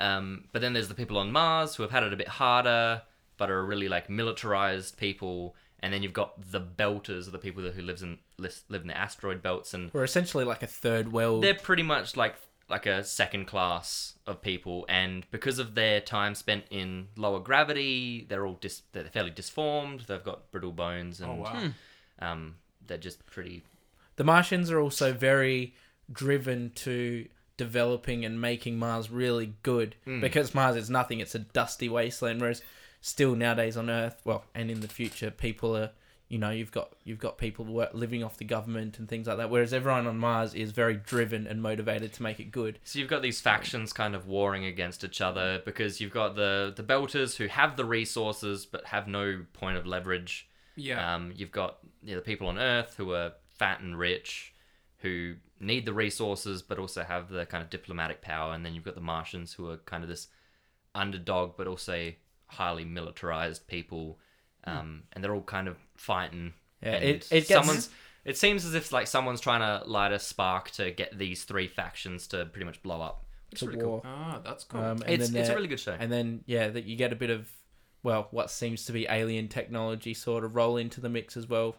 Um, but then there's the people on Mars who have had it a bit harder, but are really like militarized people. And then you've got the belters, the people that- who lives in lis- live in the asteroid belts, and We're essentially like a third world. they're pretty much like like a second class of people. And because of their time spent in lower gravity, they're all dis- they're fairly disformed. They've got brittle bones, and Oh wow. um, they're just pretty The Martians are also very driven to developing and making Mars really good Hmm. because Mars is nothing, it's a dusty wasteland whereas still nowadays on Earth, well, and in the future people are you know, you've got you've got people wo- living off the government and things like that whereas everyone on Mars is very driven and motivated to make it good. So you've got these factions kind of warring against each other because you've got the the belters who have the resources but have no point of leverage. Yeah. Um, you've got you know, the people on Earth who are fat and rich, who need the resources but also have the kind of diplomatic power, and then you've got the Martians who are kind of this underdog but also highly militarized people, um, and they're all kind of fighting. Hmm. Yeah, and it- it gets- someone's. It seems as if like someone's trying to light a spark to get these three factions to pretty much blow up. It's to pretty cool. war. Ah, that's cool. Um, and It's, then it's a they're- really good show. and then yeah that you get a bit of well what seems to be alien technology sort of roll into the mix as well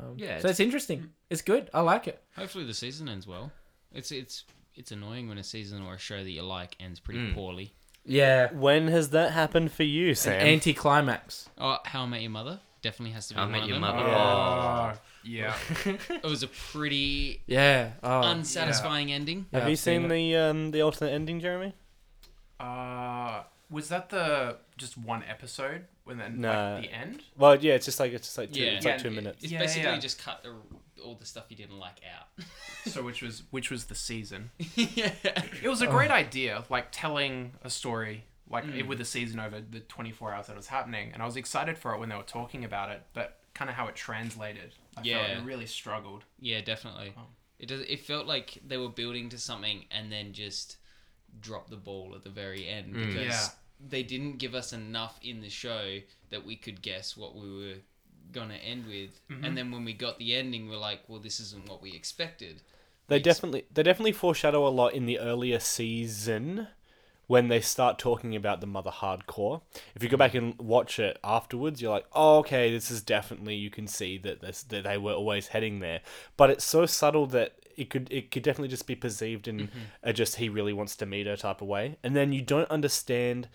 um, Yeah, so it's- it's interesting it's good i like it Hopefully the season ends well. It's it's it's annoying when a season or a show that you like ends pretty Mm. poorly. yeah When has that happened for you, an Sam? anticlimax Oh, How I Met Your Mother definitely has to be How I one Met of them. Your Mother. Ah, yeah. It was a pretty yeah oh unsatisfying ending. yeah, Have I've you seen, it. the um, the alternate ending, Jeremy? Uh, was that the just one episode when then No. like the end? Well, yeah, it's just like it's just like two, Yeah. it's like Yeah. two minutes. It's Yeah, basically yeah. just cut the all the stuff you didn't like out. So which was which was the season. yeah. It was a great idea, like telling a story like it- with the season over the 24 hours that it was happening, and I was excited for it when they were talking about it, but kind of how it translated, I felt Yeah. it really struggled. Yeah, definitely. It does, it felt like they were building to something and then just dropped the ball at the very end Mm. because Yeah. they didn't give us enough in the show that we could guess what we were gonna end with. And then when we got the ending, we're like, well, this isn't what we expected. They Makes- definitely they definitely foreshadow a lot in the earlier season when they start talking about the mother hardcore. If you go back and watch it afterwards, you're like, "Oh, okay, this is definitely you can see that this that they were always heading there." But it's so subtle that it could it could definitely just be perceived in a just he really wants to meet her type of way. And then you don't understand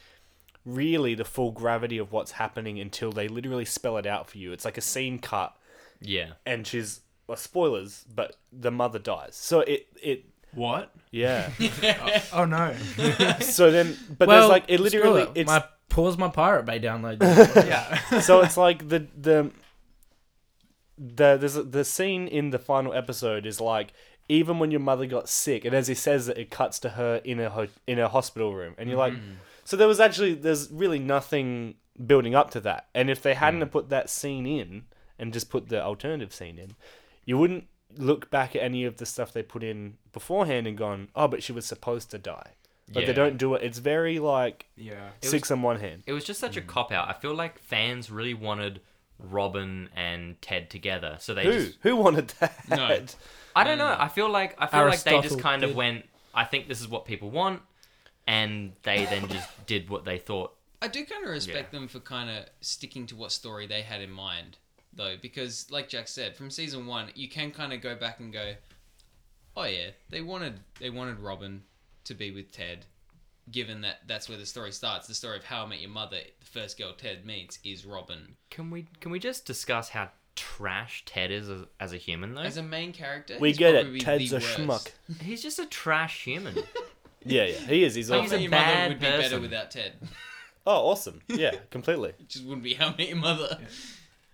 really the full gravity of what's happening until they literally spell it out for you. It's like a scene cut Yeah. and she's well, spoilers, but the mother dies. So it it What? yeah. Oh no. so then, but well, there's like it literally spoiler, it's my pause my Pirate Bay download. Yeah. so it's like the the the there's a, the scene in the final episode is like even when your mother got sick, and as he says it, it cuts to her in a ho- in a hospital room, and you're like, Mm-hmm. so there was actually there's really nothing building up to that, and if they Mm. hadn't have put that scene in and just put the alternative scene in, you wouldn't look back at any of the stuff they put in beforehand and gone, oh, but she was supposed to die. But Yeah. they don't do it. It's very like Yeah. six on one hand. It was just Hmm. such a cop out. I feel like fans really wanted Robin and Ted together, so they Who just who wanted that? No. I don't know. I feel like I feel like they Hmm. Aristotle just kind did. of went. I think this is what people want, and they then just did what they thought. I do kind of respect Yeah. them for kind of sticking to what story they had in mind, though, because like Jack said, from season one, you can kind of go back and go, "Oh yeah, they wanted they wanted Robin to be with Ted." Given that that's where the story starts, the story of How I Met Your Mother, the first girl Ted meets is Robin Can we can we just discuss how trash Ted is as, as a human though? as a main character. We he's get probably the it. Ted's a worst. schmuck. he's just a trash human. Yeah, yeah, he is. He's How I awesome. He's Met Your Mother a bad would be better person. without Ted. oh, awesome. Yeah, completely. It just wouldn't be How I Met Your Mother.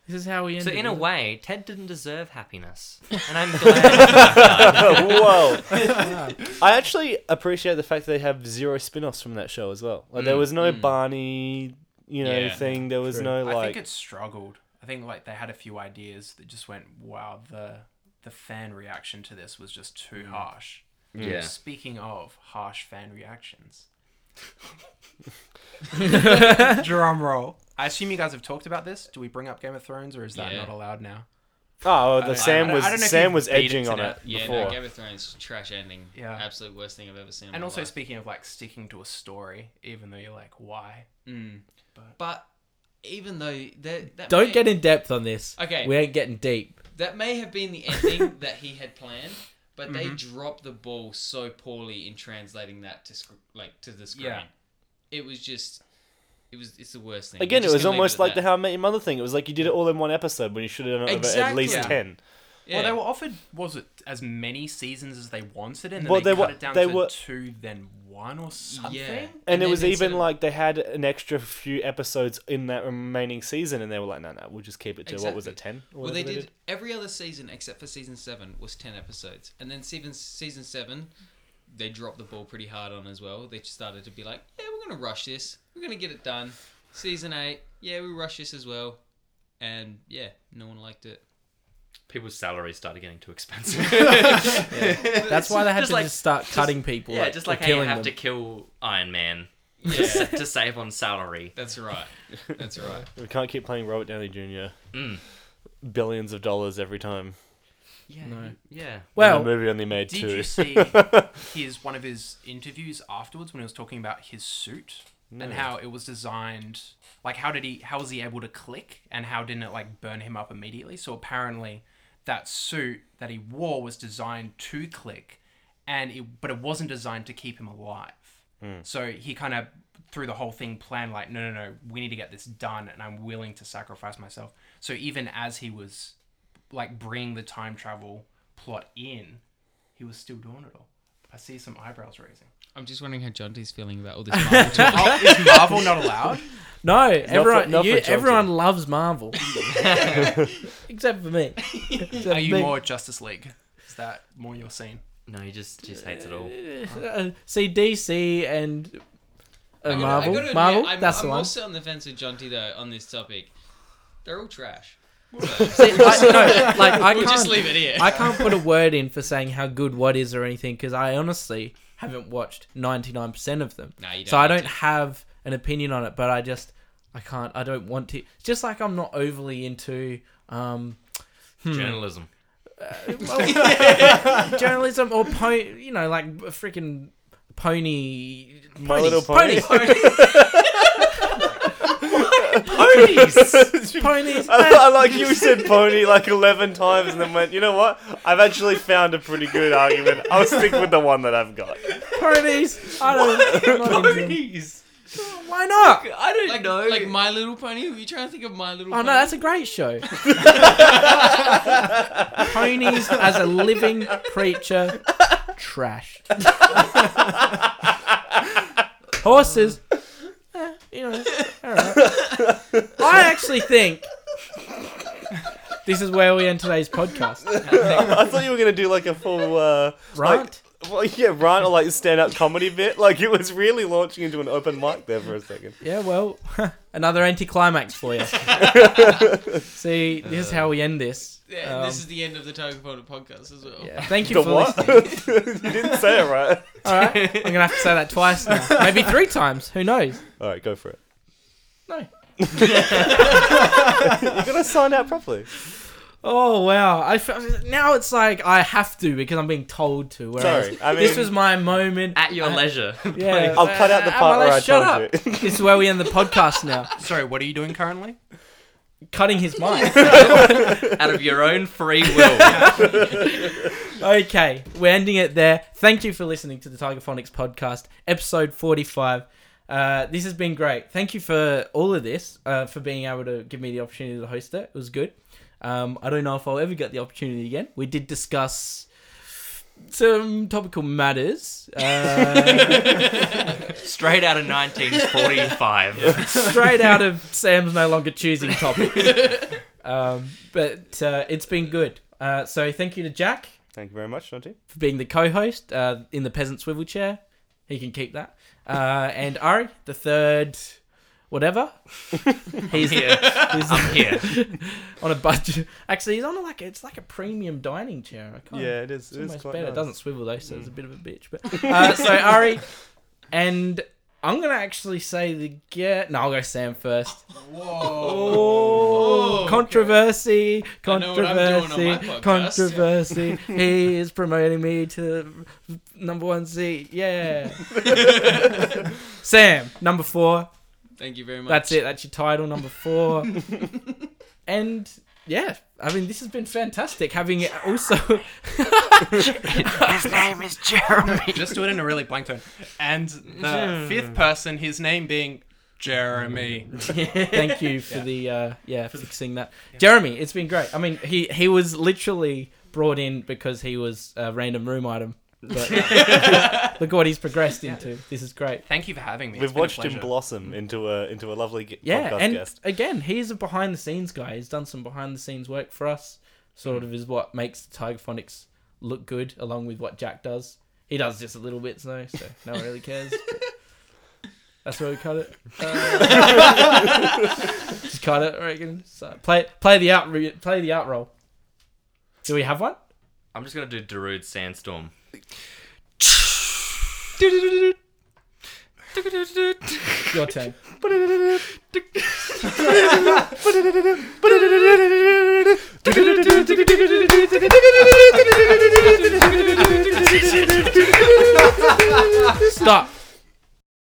this is how we end. so in a way, Ted didn't deserve happiness, and I'm glad. Oh, Whoa. I actually appreciate the fact that they have zero spin-offs from that show as well. Like there was no Barney, you know, Mm, Yeah. thing. There was True. no I like. think it struggled. I think like they had a few ideas that just went, wow, the the fan reaction to this was just Mm. too harsh. Yeah. Speaking of harsh fan reactions, drum roll. I assume you guys have talked about this. Do we bring up Game of Thrones or is that Yeah. not allowed now? oh, the don't- I Sam don't- was I don't know if Sam you was beat it edging to on it death. Yeah, before. no, Game of Thrones trash ending. Yeah. absolute worst thing I've ever seen. in And my also life. speaking of like sticking to a story, even though you're like, why? But even though that, that Don't may, get in depth on this. Okay. We ain't getting deep. that may have been the ending that he had planned, but Mm-hmm. they dropped the ball so poorly in translating that to sc- like to the screen. Yeah. It was just, it was it's the worst thing. Again, We're it just was gonna leave almost at like the that. How I Met Your Mother thing. It was like you did it all in one episode when you should have done it over at least Exactly. ten. yeah. Well, they were offered was it as many seasons as they wanted, and then Well, they, they cut were- it down they to were- two, then one or something. yeah. And, it then was instead even of- like they had an extra few episodes in that remaining season, and they were like, "No, no, we'll just keep it to what was it, ten? or Well, they whatever did, every other season except for season seven was ten episodes, and then season season seven, they dropped the ball pretty hard on as well. They started to be like, yeah, we're gonna rush this, we're gonna get it done. Season eight, yeah, we rush this as well, and yeah, no one liked it. People's salaries started getting too expensive. That's why they had Just to like- just start cutting people. yeah, like, just or like how you killing have to them. kill Iron Man Yeah, to save on salary. that's right. That's right. We can't keep playing Robert Downey Jr. Mm. Billions of dollars every time. Yeah, No. yeah. the Well, movie only made Did two. you see his one of his interviews afterwards when he was talking about his suit and how it was designed? Like, how did he? How was he able to click? And how didn't it like burn him up immediately? So apparently, that suit that he wore was designed to click, and it, but it wasn't designed to keep him alive. So he kind of through the whole thing planned like, no, no, no, we need to get this done, and I'm willing to sacrifice myself. So even as he was like bringing the time travel plot in, he was still doing it all. I see some eyebrows raising. I'm just wondering how Jonty's feeling about all this. Marvel talk. Oh, is Marvel not allowed? No, everyone not you, for Chelsea. everyone loves Marvel. Except for me. Except Are for you me. more Justice League? Is that more your scene? No, he just just hates it all. Uh, see DC and I uh, gotta- I Marvel. gotta admit, Marvel, I'm, that's I'm the one. also on the fence with Jonty though on this topic. They're all trash. See, I, no, like I We'll can't, just leave it here. I can't put a word in for saying how good what is or anything because I honestly haven't watched ninety nine percent of them. No, you don't so need I don't to. have an opinion on it, but I just I can't. I don't want to. It's just like I'm not overly into. Um, Journalism. well, journalism or po- you know like freaking pony My Little ponies, Pony. ponies ponies, ponies. I, I like you said pony like 11 times and then went, you know what? I've actually found a pretty good argument. I'll stick with the one that I've got. ponies. I don't know. Why not? I don't Like, know. like My Little Pony. Were you trying to think of My Little? Oh Pony? no, that's a great show. Ponies as a living creature, trash. Horses, eh, you know, all right. I actually think this is where we end today's podcast. I thought you were going to do like a full, uh, Right? well, yeah, rant or like stand up comedy bit. Like it was really launching into an open mic there for a second. Yeah. Well, another anticlimax for you. See, this is how we end this. Yeah, Um, this is the end of the Token Folder podcast as well. yeah. Thank you The for what? listening. you didn't say it right. All right, I'm gonna have to say that twice now. Maybe three times. Who knows? All right, go for it. No. You're going to sign out properly. Oh wow! I f- now it's like I have to because I'm being told to. Whereas Sorry. I mean, this was my moment. At your leisure. Uh, yeah, I'll cut out the Uh, part Alex, where I shut told up. you. this is where we end the podcast now. Sorry, what are you doing currently? Cutting his mic. Out of your own free will. okay, we're ending it there. Thank you for listening to the Tiger Phonics podcast, episode 45. Uh, this has been great. Thank you for all of this, uh, for being able to give me the opportunity to host it. It was good. Um, I don't know if I'll ever get the opportunity again. We did discuss some topical matters. Uh, Straight out of 1945. straight out of Sam's no longer choosing topics. Um, but uh, it's been good. Uh, so thank you to Jack. Thank you very much, Shanti. for being the co-host uh, in the peasant swivel chair. He can keep that. Uh, and Ari, the third, whatever. He's, he's I'm here. on a budget. Actually, he's on a, like it's like a premium dining chair. I can't. Yeah, it is. it's It is almost quite better. nice. Mm. It doesn't swivel though, so it's a bit of a bitch. But uh, so Ari, and I'm gonna actually say the get. No, I'll go Sam first. Oh, controversy, I know what I'm doing controversy, on my podcast. controversy. he is promoting me to number one seat. Yeah. Sam, number four. Thank you very much. That's it. That's your title, number four. and yeah, I mean, this has been fantastic. Having it also. Just do it in a really blank tone. And the Hmm. fifth person, his name being Jeremy. Thank you for the uh, yeah fixing that, Jeremy. It's been great. I mean, he he was literally brought in because he was a random room item. But look what he's progressed into. This is great. Thank you for having me. It's We've been a watched him pleasure. blossom into a into a lovely g- Yeah, podcast and guest. again, he's a behind the scenes guy. He's done some behind the scenes work for us. Sort of is what makes the Tiger Phonics look good, along with what Jack does. He does just a little bits though, so no one really cares. but That's where we cut it. Uh, just cut it. I reckon. So, play play the out re- play the out roll. Do we have one? I'm just gonna do Darude Sandstorm. Your turn. Stop.